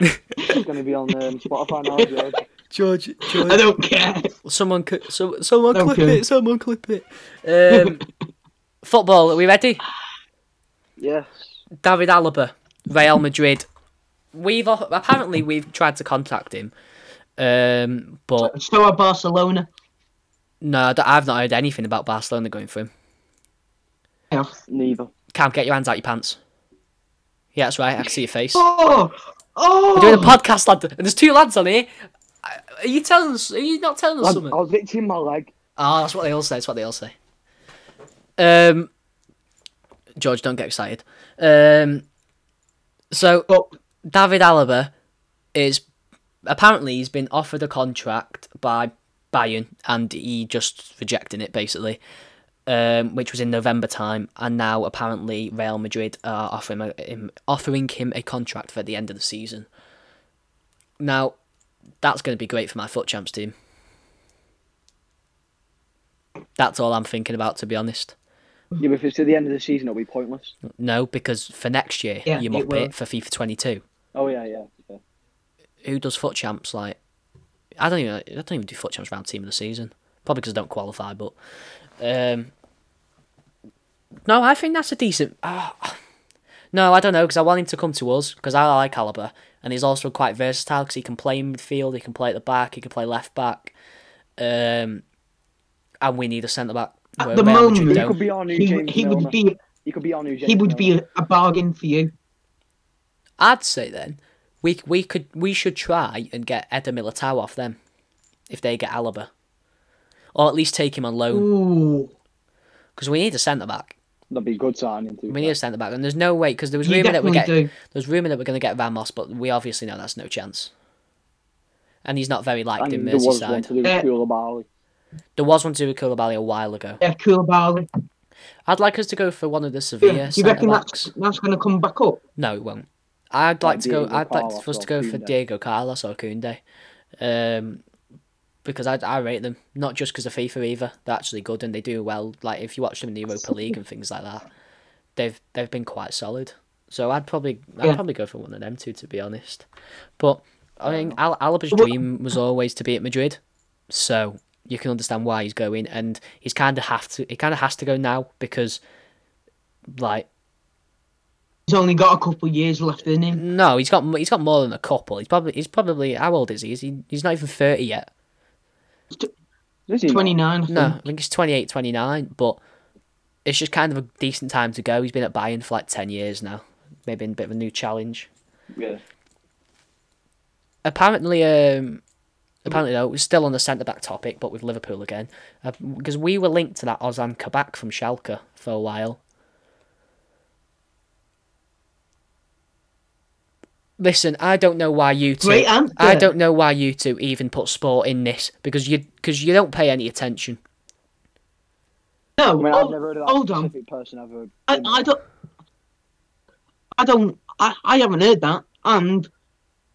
It's going to be on um, Spotify now, George. George, I don't care. *laughs* someone, cl- so, someone No clip kidding. it. Someone clip it. Um, *laughs* football. Are we ready? Yes. David Alaba, Real Madrid. We've off- apparently we've tried to contact him, um, but So are Barcelona. no, I don't- I've not heard anything about Barcelona going for him. Yeah. Neither. Cam, get your hands out your pants. Yeah, that's right. I can see your face. We're Oh, oh. doing a podcast, lad, and there's two lads on here. Are you telling us? Are you not telling us I, I something? was itching my leg. Ah, that's what they all say. That's what they all say. Um, George, don't get excited. Um, so But David Alaba is apparently he's been offered a contract by Bayern and he just rejecting it basically, um, which was in November time, and now apparently Real Madrid are offering a- him offering him a contract for the end of the season. Now, that's going to be great for my foot champs team. That's all I'm thinking about, to be honest. Yeah, but if it's at the end of the season, it'll be pointless. No, because for next year Yeah, you it mop it, will. for FIFA 22. Oh, yeah, yeah. yeah. who does foot champs like I don't even I don't even do foot champs round team of the season probably because I don't qualify but um no I think that's a decent ah no I don't know because I want him to come to us because I like Alaba and he's also quite versatile because he can play in midfield, he can play at the back, he can play left back, um, and we need a centre back. At Where the Real Madrid moment, He No. don't. could be our new He, James he Milner. would be he could be our new James he would Milner. be a bargain for you. I'd say then we we could we should try and get Eder Militao off them if they get Alaba, or at least take him on loan Ooh, because we need a centre back. That'd be a good signing. To be We fair. need a centre back, and there's no way because there was you rumour that we definitely get do. there's rumour that we're going to get Ramos, but we obviously know that's no chance. And he's not very liked in And there was one Merseyside. to do with Yeah. Koulibaly. There was one to do with Koulibaly a while ago. Yeah, Koulibaly. I'd like us to go for one of the Sevilla Yeah, do you centre reckon that's backs. that's going to come back up? No, it won't. I'd like Like to go. Diego I'd like Carlos for us or to go for Koundé. Diego Carlos or Koundé, um, because I I rate them not just because of FIFA either. They're actually good and they do well. Like if you watch them in the *laughs* Europa League and things like that, they've they've been quite solid. So I'd probably I'd Yeah. probably go for one of them two to be honest. But I mean, Al- Alaba's Well- dream was always to be at Madrid, so you can understand why he's going, and he's kind of have to. He kind of has to go now because, like. He's only got a couple of years left in him. No, he's got he's got more than a couple. He's probably he's probably how old is he? Is he he's not even thirty yet. Is he not? Twenty nine. Hmm. No, I think he's 28, 29, But it's just kind of a decent time to go. He's been at Bayern for like ten years now. Maybe a bit of a new challenge. Yeah. Apparently, um, apparently though, we're still on the centre back topic, but with Liverpool again, because we were linked to that Ozan Kabak from Schalke for a while. Listen, I don't know why you two. Great answer. I don't know why you two even put sport in this because you because you don't pay any attention. No, I mean, I've hold, never heard of that hold on. specific person ever. I, I don't. I don't. I, I haven't heard that, and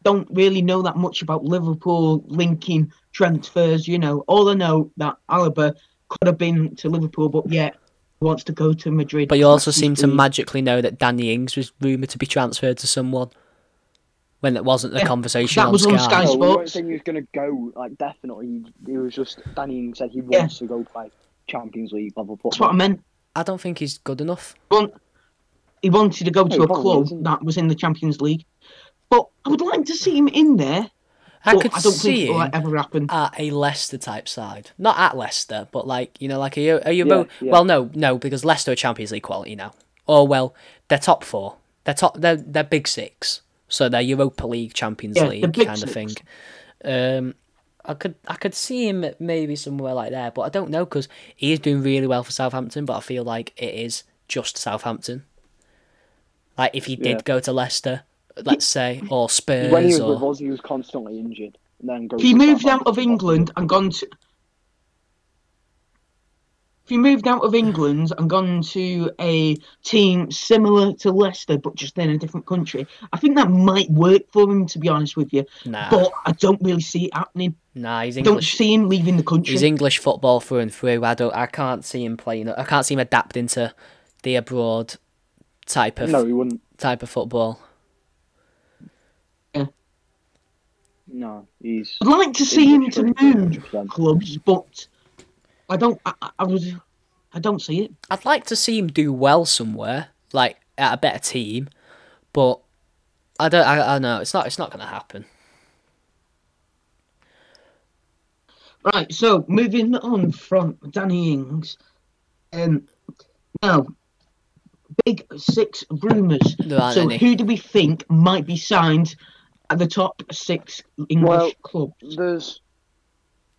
don't really know that much about Liverpool linking transfers. You know, all I know that Alaba could have been to Liverpool, but yet wants to go to Madrid. But you also seem to mad. magically know that Danny Ings was rumoured to be transferred to someone when it wasn't a Yeah, conversation that on was Sky. on Sky. No, we weren't Sports. saying he was gonna go. Like definitely, he, he was just Danny Ings said he Yeah. wants to go play Champions League level That's what I football. meant. I don't think he's good enough. want, he wanted to go he to a probably club isn't. that was in the Champions League. But I would like to see him in there. I but could I don't see think it'll him ever happen. at a Leicester type side, not at Leicester, but like you know, like are you are you Yeah, mo- yeah. well? No, no, because Leicester are Champions League quality now. Or well, they're top four. They're top. They're they're big six. So they're Europa League, Champions Yeah, they're League big kind of thing. six. Um, I could I could see him maybe somewhere like there, but I don't know because he is doing really well for Southampton. But I feel like it is just Southampton. Like if he did Yeah. go to Leicester, let's say, or Spurs, When he was or with us, he was constantly injured. And then goes If he to moved out Southampton. of England and gone to. If he moved out of England and gone to a team similar to Leicester, but just in a different country, I think that might work for him, to be honest with you. nah, But I don't really see it happening. nah, he's I don't English. see him leaving the country. He's English football through and through. I don't. I can't see him playing. I can't see him adapting to the abroad type of No, he wouldn't. type of football. No, he's. I'd like to see him English to for move 100%. clubs, but I don't. I, I- I was. I don't see it. I'd like to see him do well somewhere, like at a better team, but I don't. I, I know it's not. It's not going to happen. Right. So moving on from Danny Ings, um, now big six rumours. There aren't So any. who do we think might be signed at the top six English Well- clubs? There's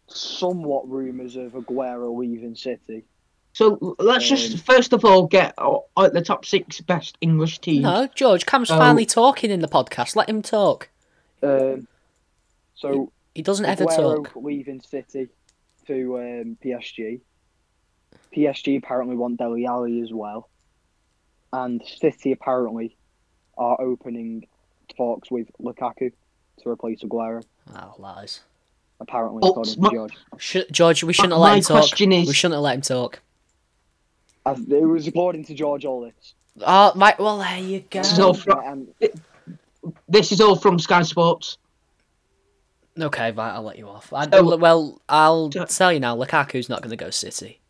somewhat rumours of Aguero leaving City. So l- let's Um, just first of all get uh, uh, the top six best English teams. No, George Cam's Oh. finally talking in the podcast. Let him talk. Um, so He doesn't ever Aguero talk. leaving City to um, PSG. PSG apparently want Deli Ali as well, and City apparently are opening talks with Lukaku to replace Aguero. Oh, lies. Apparently, Oh, according sma- to George, Sh- George, we shouldn't have my let him talk. question is- We shouldn't have let him talk. As- it was according to George all this. Oh, my. Well, there you go. This is all fro- And- This is all from Sky Sports. Okay, right, I'll let you off. I So- well, I'll So- tell you now, Lukaku's not going to go City.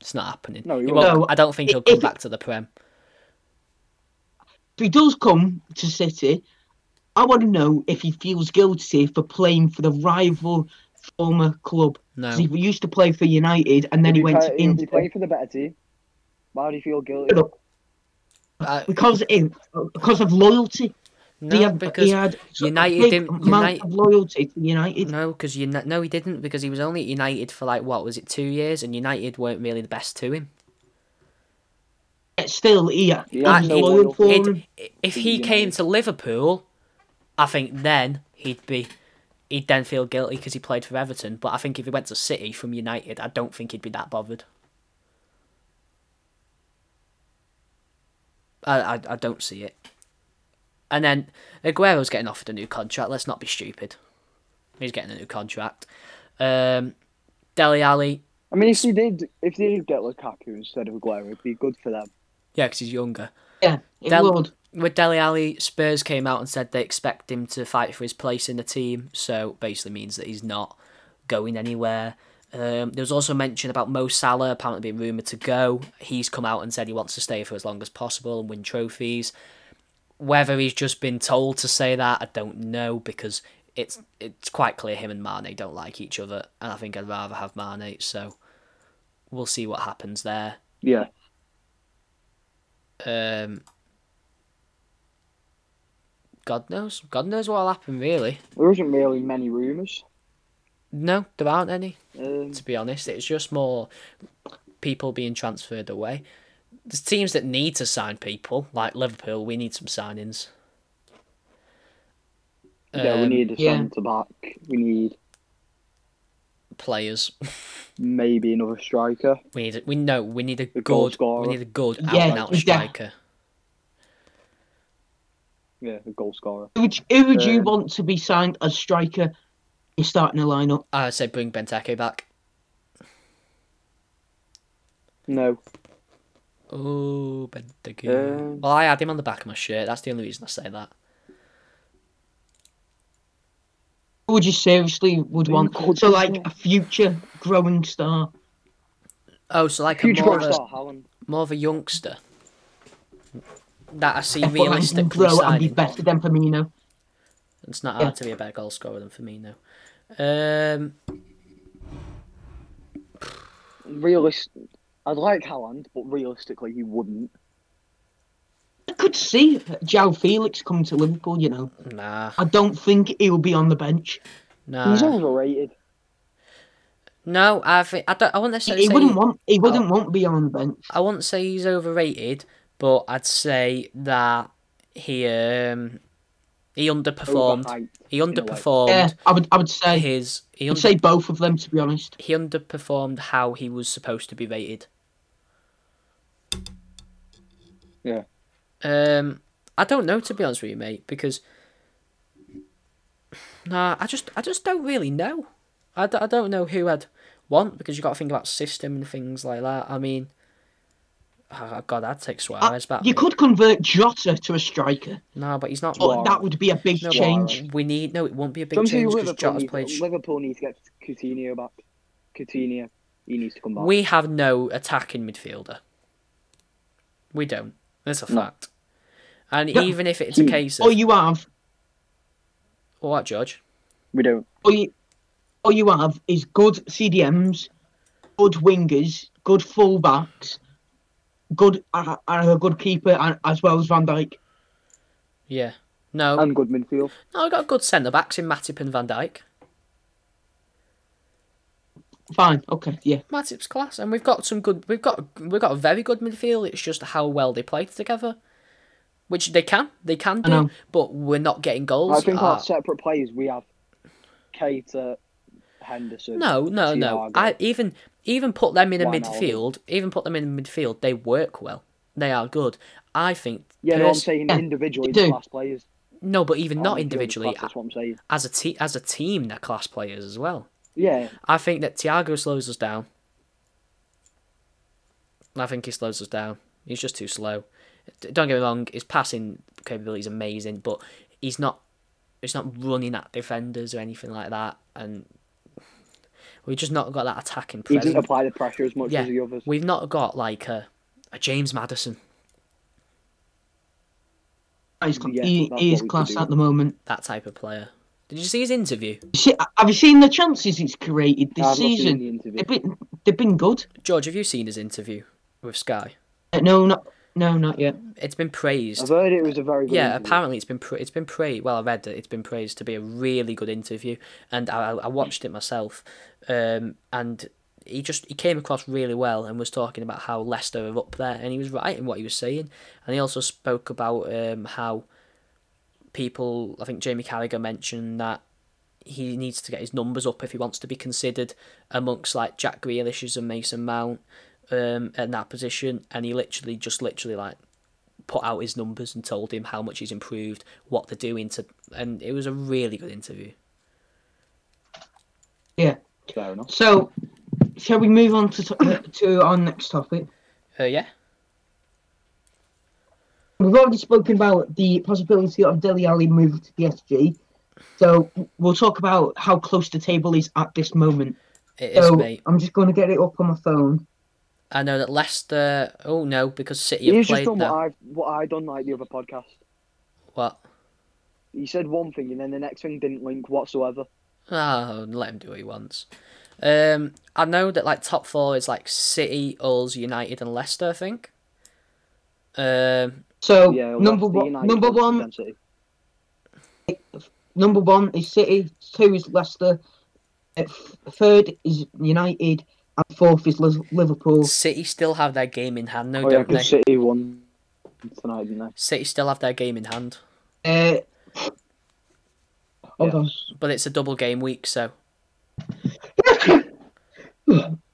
It's not happening. No, he He won't. won't- No. I don't think he'll If- come if- back to the Prem. If he does come to City, I want to know if he feels guilty for playing for the rival former club. No. 'Cause He used to play for United and then he If went play- to if Inter. you play for the better team. Why do you feel guilty? Shut up. Uh, because in, because of loyalty. no, he had, because he had such a United big didn't- amount United- of loyalty to United. no, because you no, he didn't because he was only at United for like what was it two years, and United weren't really the best to him. Yet still, he had he was Yeah, And so it- loyal for it- him. if to he came United. to Liverpool, I think then he'd be he'd then feel guilty because he played for Everton. But I think if he went to City from United, I don't think he'd be that bothered. I I, I don't see it. And then Aguero's getting offered a new contract. Let's not be stupid. He's getting a new contract. Um, Deli Ali, I mean, if they did, if they did get Lukaku instead of Aguero, it'd be good for them. yeah, because he's younger. Yeah, he Del- would. with Deli Ali, Spurs came out and said they expect him to fight for his place in the team, so basically means that he's not going anywhere. Um, there was also mention about Mo Salah apparently being rumoured to go. He's come out and said he wants to stay for as long as possible and win trophies. Whether he's just been told to say that, I don't know because it's it's quite clear him and Mane don't like each other, and I think I'd rather have Mane. So we'll see what happens there. Yeah. Um, God knows. God knows what'll happen, really. There isn't really many rumours. No, there aren't any, Um, to be honest. It's just more people being transferred away. There's teams that need to sign people, like Liverpool. We need some signings. yeah, we Um, need a yeah. centre back. We need players. maybe another striker. We need. A, we know. We need a goal good. scorer. We need a good Yeah, out and out yeah. striker. Yeah, a goal scorer. Who would, who would you Um, want to be signed as striker? You're starting a lineup. I'd say bring Benteke back. No. Oh, Benteke. Um, well, I had him on the back of my shirt. That's the only reason I say that. Who would you seriously would Who want? could So you like want? a future growing star. Oh, so like a Huge more goal of a- star, Haaland. more of a youngster that I *laughs* see Yeah, but, like, can realistically grow and be signing. better than Firmino. It's not Yeah. hard to be a better goal scorer than Firmino. Um, Realist. I'd like Haaland, but realistically, he wouldn't. I could see Jao Felix coming to Liverpool. You know, nah, I don't think he'll be on the bench. He's nah. overrated. No, I think I don't. I wouldn't He, necessarily. he say wouldn't want. He wouldn't want to be on the bench. I wouldn't say he's overrated, but I'd say that he um he underperformed. Overhyped. He way. Yeah, underperformed I would. I would say. his. He, I'd under, say both of them to be honest. he underperformed how he was supposed to be rated. Yeah. Um, I don't know to be honest with you, mate, because nah, I just I just don't really know. I, d- I don't know who I'd want because you got to think about system and things like that. I mean, oh, God, I'd take Suarez back. Uh, Ah, you mate. could convert Jota to a striker, No, but he's not. but Suarez. that would be a big No, but change. We need no. It won't be a big Some change people because Liverpool, Jota's need, played. Liverpool needs to get Coutinho back. Coutinho, he needs to come back. We have no attacking midfielder. We don't. That's a No. fact. And Yeah. even if it's a Hmm. case Or of you have, what, George? we don't. or you, or you have is good CDMs, good wingers, good fullbacks, good and a good keeper and, as well as Van Dijk. Yeah. No. And good midfield. no, we've got good centre backs in Matip and Van Dijk. Fine, okay, yeah. Matip's class, and we've got some good. We've got we've got a very good midfield. It's just how well they play together, which they can they can I do, know. but we're not getting goals. I think Ah, our separate players, we have Cater, Henderson. no, no, no. Thiago. I even even put them in a Wijnaldum. midfield. Even put them in midfield. They work well. They are good. I think. Yeah, no, I'm pers- saying Yeah, individually, they do. the class players. No, but even Our midfield not is individually, uh, class, That's what I'm saying. as a te- as a team, they're class players as well. Yeah, I think that Thiago slows us down. I think he slows us down. He's just too slow. D- Don't get me wrong, his passing capability is amazing, but he's not he's not running at defenders or anything like that, and we've just not got that attacking he doesn't presence. apply the pressure as much Yeah, as the others. We've not got like a, a James Madison. he's con- Yeah, he, that's he is what we could class do. at the moment. That type of player. Did you see his interview? See, uh, have you seen the chances he's created this I've not seen season? the interview. they've been they've been good. George, have you seen his interview with Sky? Uh, No, not no, not yet. It's been praised. I've heard it was a very good yeah, interview. apparently it's been pra- it's been praised. Well, I read that it's been praised to be a really good interview, and I, I I watched it myself, um, and he just he came across really well and was talking about how Leicester are up there, and he was right in what he was saying, and he also spoke about um, how people. I think Jamie Carragher mentioned that he needs to get his numbers up if he wants to be considered amongst like Jack Grealish's and Mason Mount um, in that position, and he literally just literally like put out his numbers and told him how much he's improved, what they're doing to, and it was a really good interview. Yeah. Fair enough. So, shall we move on to to, to our next topic? Uh, yeah, We've already spoken about the possibility of Deli Ali moving to PSG. So we'll talk about how close the table is at this moment. it is, So mate. I'm just going to get it up on my phone. I know that Leicester. Oh no, because City have He's just played done what now. I've what I done like the other podcast. What? He said one thing and then the next thing didn't link whatsoever. Oh, let him do what he wants. Um, I know that like top four is like City, Ulls, United, and Leicester. I think. Um, So Yeah, number Leicester one, United number versus one, Man City. number one is City. Two is Leicester. uh, f- Third is United, and fourth is Lis- Liverpool. City still have their game in hand, though, Oh yeah, don't they? because City won tonight, didn't they? City still have their game in hand, Uh, hold Yeah. on, but it's a double game week, so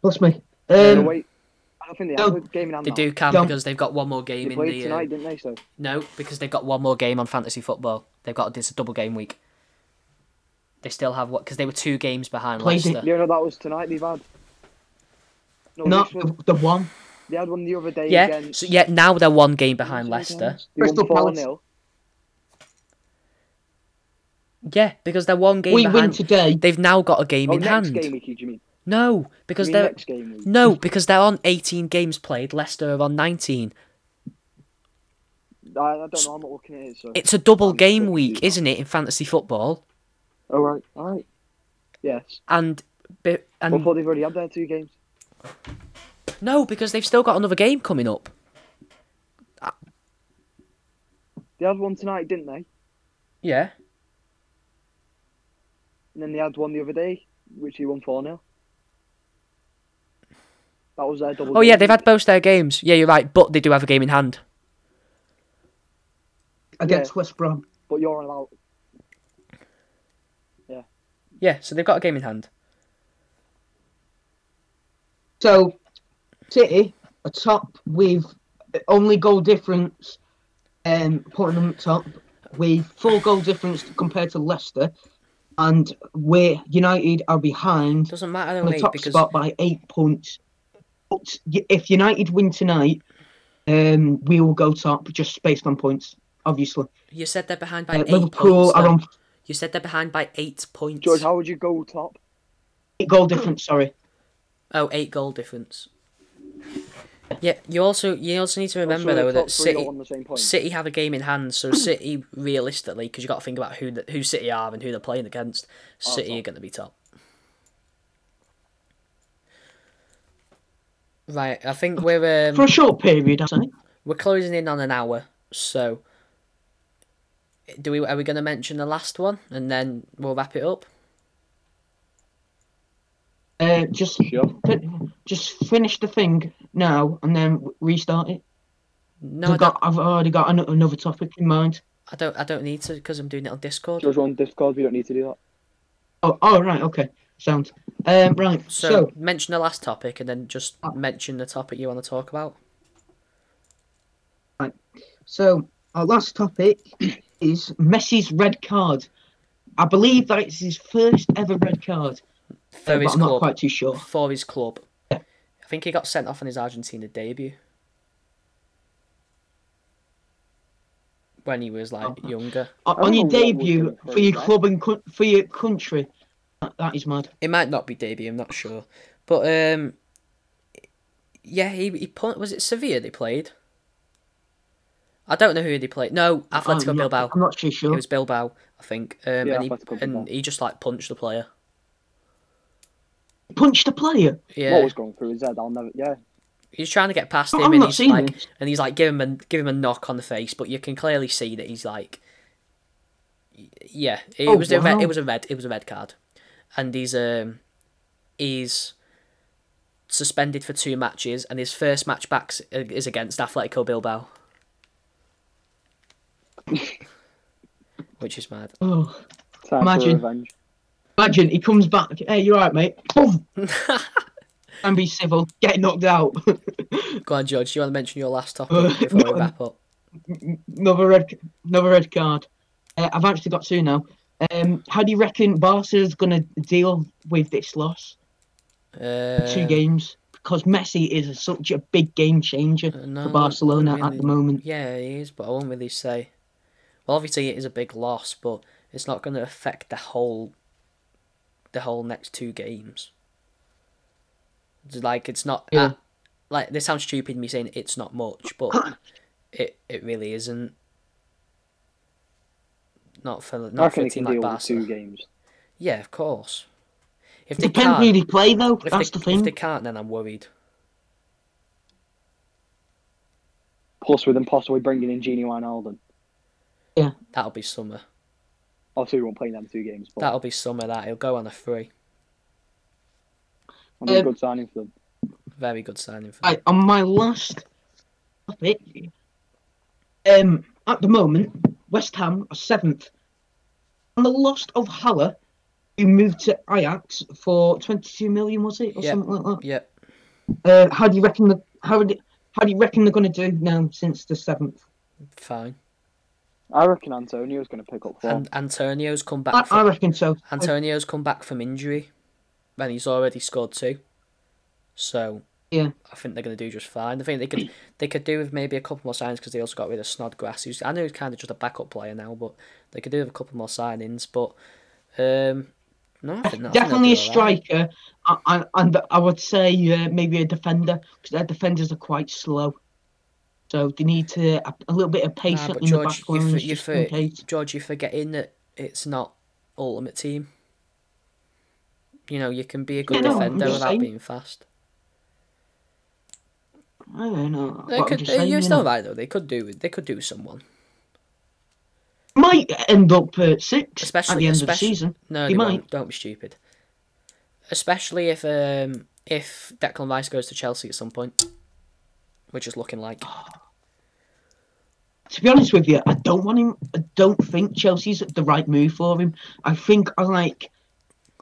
bless me. no, Um, wait, I don't think they no. have a game in hand. they now. do can Jump. because they've got one more game Oh. They in played the. uh, tonight, didn't they? So No, because they've got one more game on fantasy football. They've got this double game week. They still have what? Because they were two games behind Played it. Leicester. yeah, no, that was tonight. They've had. No, not this was- the, the one. they had one the other day. Yeah, against, so yeah. Now they're one game behind Leicester. They won Crystal Palace. 4-0. Yeah, because they're one game we win behind. today. They've now got a game Oh, in next hand. game week, you mean? No, You because mean they're next game *laughs* week? no, because they're on eighteen games played. Leicester are on nineteen. I, I don't know. I'm not looking at it. So. It's a double I'm game sure week, you are. isn't it, in fantasy football? All Oh, right, all right. Yes. And bi- I and thought they've already had their two games. no, because they've still got another game coming up. They had one tonight, didn't they? Yeah. And then they had one the other day, which he won 4 0. That was their double. Oh game yeah, they've had week. both their games. Yeah, you're right, but they do have a game in hand. against Yeah. West Brom. But you're on about. Yeah, so they've got a game in hand. So, City are top with only goal difference, um, putting them top with four goal difference compared to Leicester, and where United are behind Doesn't matter on though, the mate, top because spot by eight points. But y- if United win tonight, um, we will go top just based on points. Obviously, you said they're behind by uh, eight Liverpool points. are though. on You said they're behind by eight points. George, how would you go top? eight goal difference. Sorry, Oh, eight goal difference. Yeah, you also you also need to remember Surely though the top that three are City on the same point. City have a game in hand, *coughs* so City realistically, because you got to think about who the, who City are and who they're playing against. City are going to be top. Right, I think we're um, for a short period, I think. we're closing in on an hour, so do we are we going to mention the last one and then we'll wrap it up? Uh, just Sure. Fin- just finish the thing now and then w- restart it. No, I I've, don't, got, I've already got an- another topic in mind. I don't. I don't need to because I'm doing it on Discord. George, we're on Discord, we don't need to do that. Oh, oh right, okay, sound. Um, right, So, so, mention the last topic and then just Ah. mention the topic you want to talk about. so our last topic *clears throat* is Messi's red card. I believe that it's his first ever red card, For but his I'm not club. quite too sure. For his club. I think he got sent off on his Argentina debut. When he was like Oh. younger. O- don't On your know what was debut going for your first, club and co- for your country, that, that is mad. It might not be debut. I'm not sure, but um, yeah, he he pun- was it Sevilla they played, I don't know who they played. No, Atletico I'm Um, not, Bilbao. I'm not too sure. It was Bilbao, I think. Um, Yeah, and, he, Atletico Bilbao. and he just like punched the player. Punched a player. Yeah, What was going through his head? I'll never. Yeah, he's trying to get past No, him, I'm and not he's seeing like, this. and he's like, give him a give him a knock on the face, but you can clearly see that he's like, y- yeah, it Oh, was a red, wow. it was a red, it was a red card, and he's um, he's suspended for two matches, and his first match back s- uh, is against Atletico *laughs* Bilbao, which is mad. Oh. time Imagine. for revenge. Imagine he comes back. Hey, you're right, mate. *laughs* Boom. and be civil. Get knocked out. *laughs* Go on, George. Do you want to mention your last Uh, topic before no. we wrap up? another red. Another red card. Uh, I've actually got two now. Um, how do you reckon Barca's gonna deal with this loss? Uh, two games because Messi is such a big game changer Uh, no, I for wouldn't Barcelona at really- the moment. Yeah, he is, but I won't really say. Well, obviously it is a big loss, but it's not going to affect the whole, the whole next two games. It's Like it's not. Yeah. uh, like this sounds stupid me saying it's not much, *coughs* but it it really isn't. Not for I not for reckon a he can team deal like with two Barca. games. Yeah, of course. If they Depends who can't, they play though. if That's they, the thing. if they can't, then I'm worried. Plus, with him possibly bringing in Genie Wijnaldum. That'll be summer. Obviously, we won't play them two games, but That'll be summer. That he'll go on a free. that'll be a Um, good signing for them. Very good signing for them. Right, on my last topic, um, at the moment, West Ham are seventh. On the loss of Haller, who moved to Ajax for 22 million, was it, or Yeah. something like Yeah. that? Uh, how do you reckon the how do, how do you reckon they're going to do now since the seventh? Fine. I reckon Antonio's going to pick up form. And Antonio's come I, back. I From, reckon so. Antonio's come back from injury, and he's already scored two. So Yeah. I think they're going to do just fine. I think they *clears throat* could they could do with maybe a couple more signings because they also got rid of Snodgrass, who's I know he's kind of just a backup player now, but they could do with a couple more signings. But um, no, I think, I think they'll Definitely a do all right. striker, a- a- and I would say uh, maybe a defender because their defenders are quite slow. So they need to a, a little bit of Nah, patience but in the George, back you for, lines you just in for, case. George, you're forgetting that it's not ultimate team. You know, you can be a good no, I'm defender just without saying. being fast. I don't know. They what I'm could. just they- saying, you're you still know. right though. They could do. They could do someone. might end up uh, six Especially. at the end especially of the season. No, They they might. won't. Don't be stupid. Especially if um if Declan Rice goes to Chelsea at some point, which is looking like Oh. To be honest with you, I don't want him. I don't think Chelsea's the right move for him. I think I like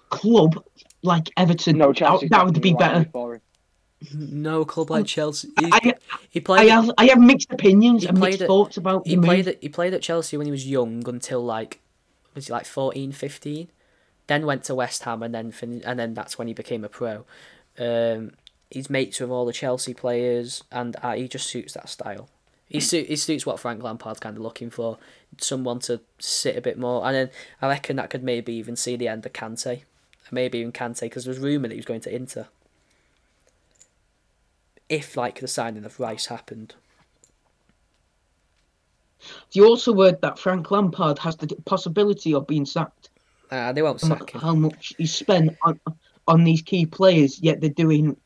club like Everton. No, that, Chelsea. that would be better. For him. no club like Chelsea. He, I, he I played. have I have mixed opinions He and played mixed at- thoughts about he the move. played. At, he played at Chelsea when he was young until like was he like 14, 15? Then went to West Ham and then fin- and then that's when he became a pro. Um, he's mates with all the Chelsea players and uh, he just suits that style. He, su- he suits what Frank Lampard's kind of looking for, someone to sit a bit more. And then I reckon that could maybe even see the end of Kante. Maybe even Kante, because there was rumour that he was going to Inter. If, like, the signing of Rice happened. You also heard that Frank Lampard has the possibility of being sacked. Uh, they won't How mu- sack him. How much he spent on on these key players, yet they're doing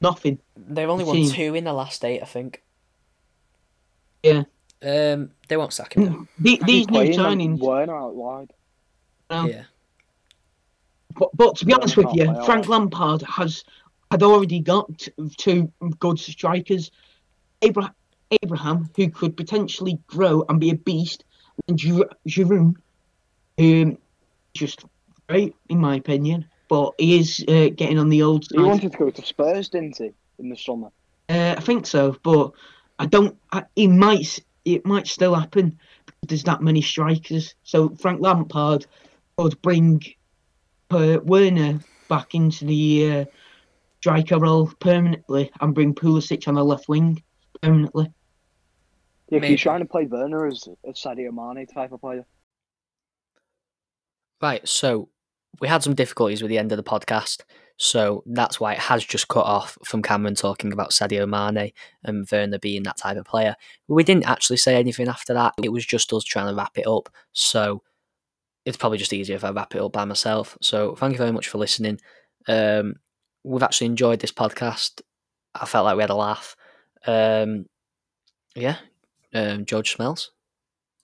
nothing. They've only won Team. two in the last eight, I think. Yeah, Um, they won't sack him. though. The- He's these new playing them. signings. Werner out wide. now, Yeah, but, but to be Yeah, honest they're with not you, playing. Frank Lampard has had already got t- two good strikers, Abraham, Abraham, who could potentially grow and be a beast, and Giroud, Giroud um, just great in my opinion. But he is uh, getting on the old He side. wanted to go to Spurs, didn't he, in the summer? Uh, I think so, but I don't. I, it might. s- It might still happen. because There's that many strikers. So Frank Lampard could bring uh, Werner back into the uh, striker role permanently and bring Pulisic on the left wing permanently. Yeah, 'cause Maybe. he's trying to play Werner as a Sadio Mane type of player. Right, so we had some difficulties with the end of the podcast. So that's why it has just cut off from Cameron talking about Sadio Mane and Werner being that type of player. We didn't actually say anything after that. It was just us trying to wrap it up. So it's probably just easier if I wrap it up by myself. So thank you very much for listening. Um, we've actually enjoyed this podcast. I felt like we had a laugh. Um, yeah, um, George Smells.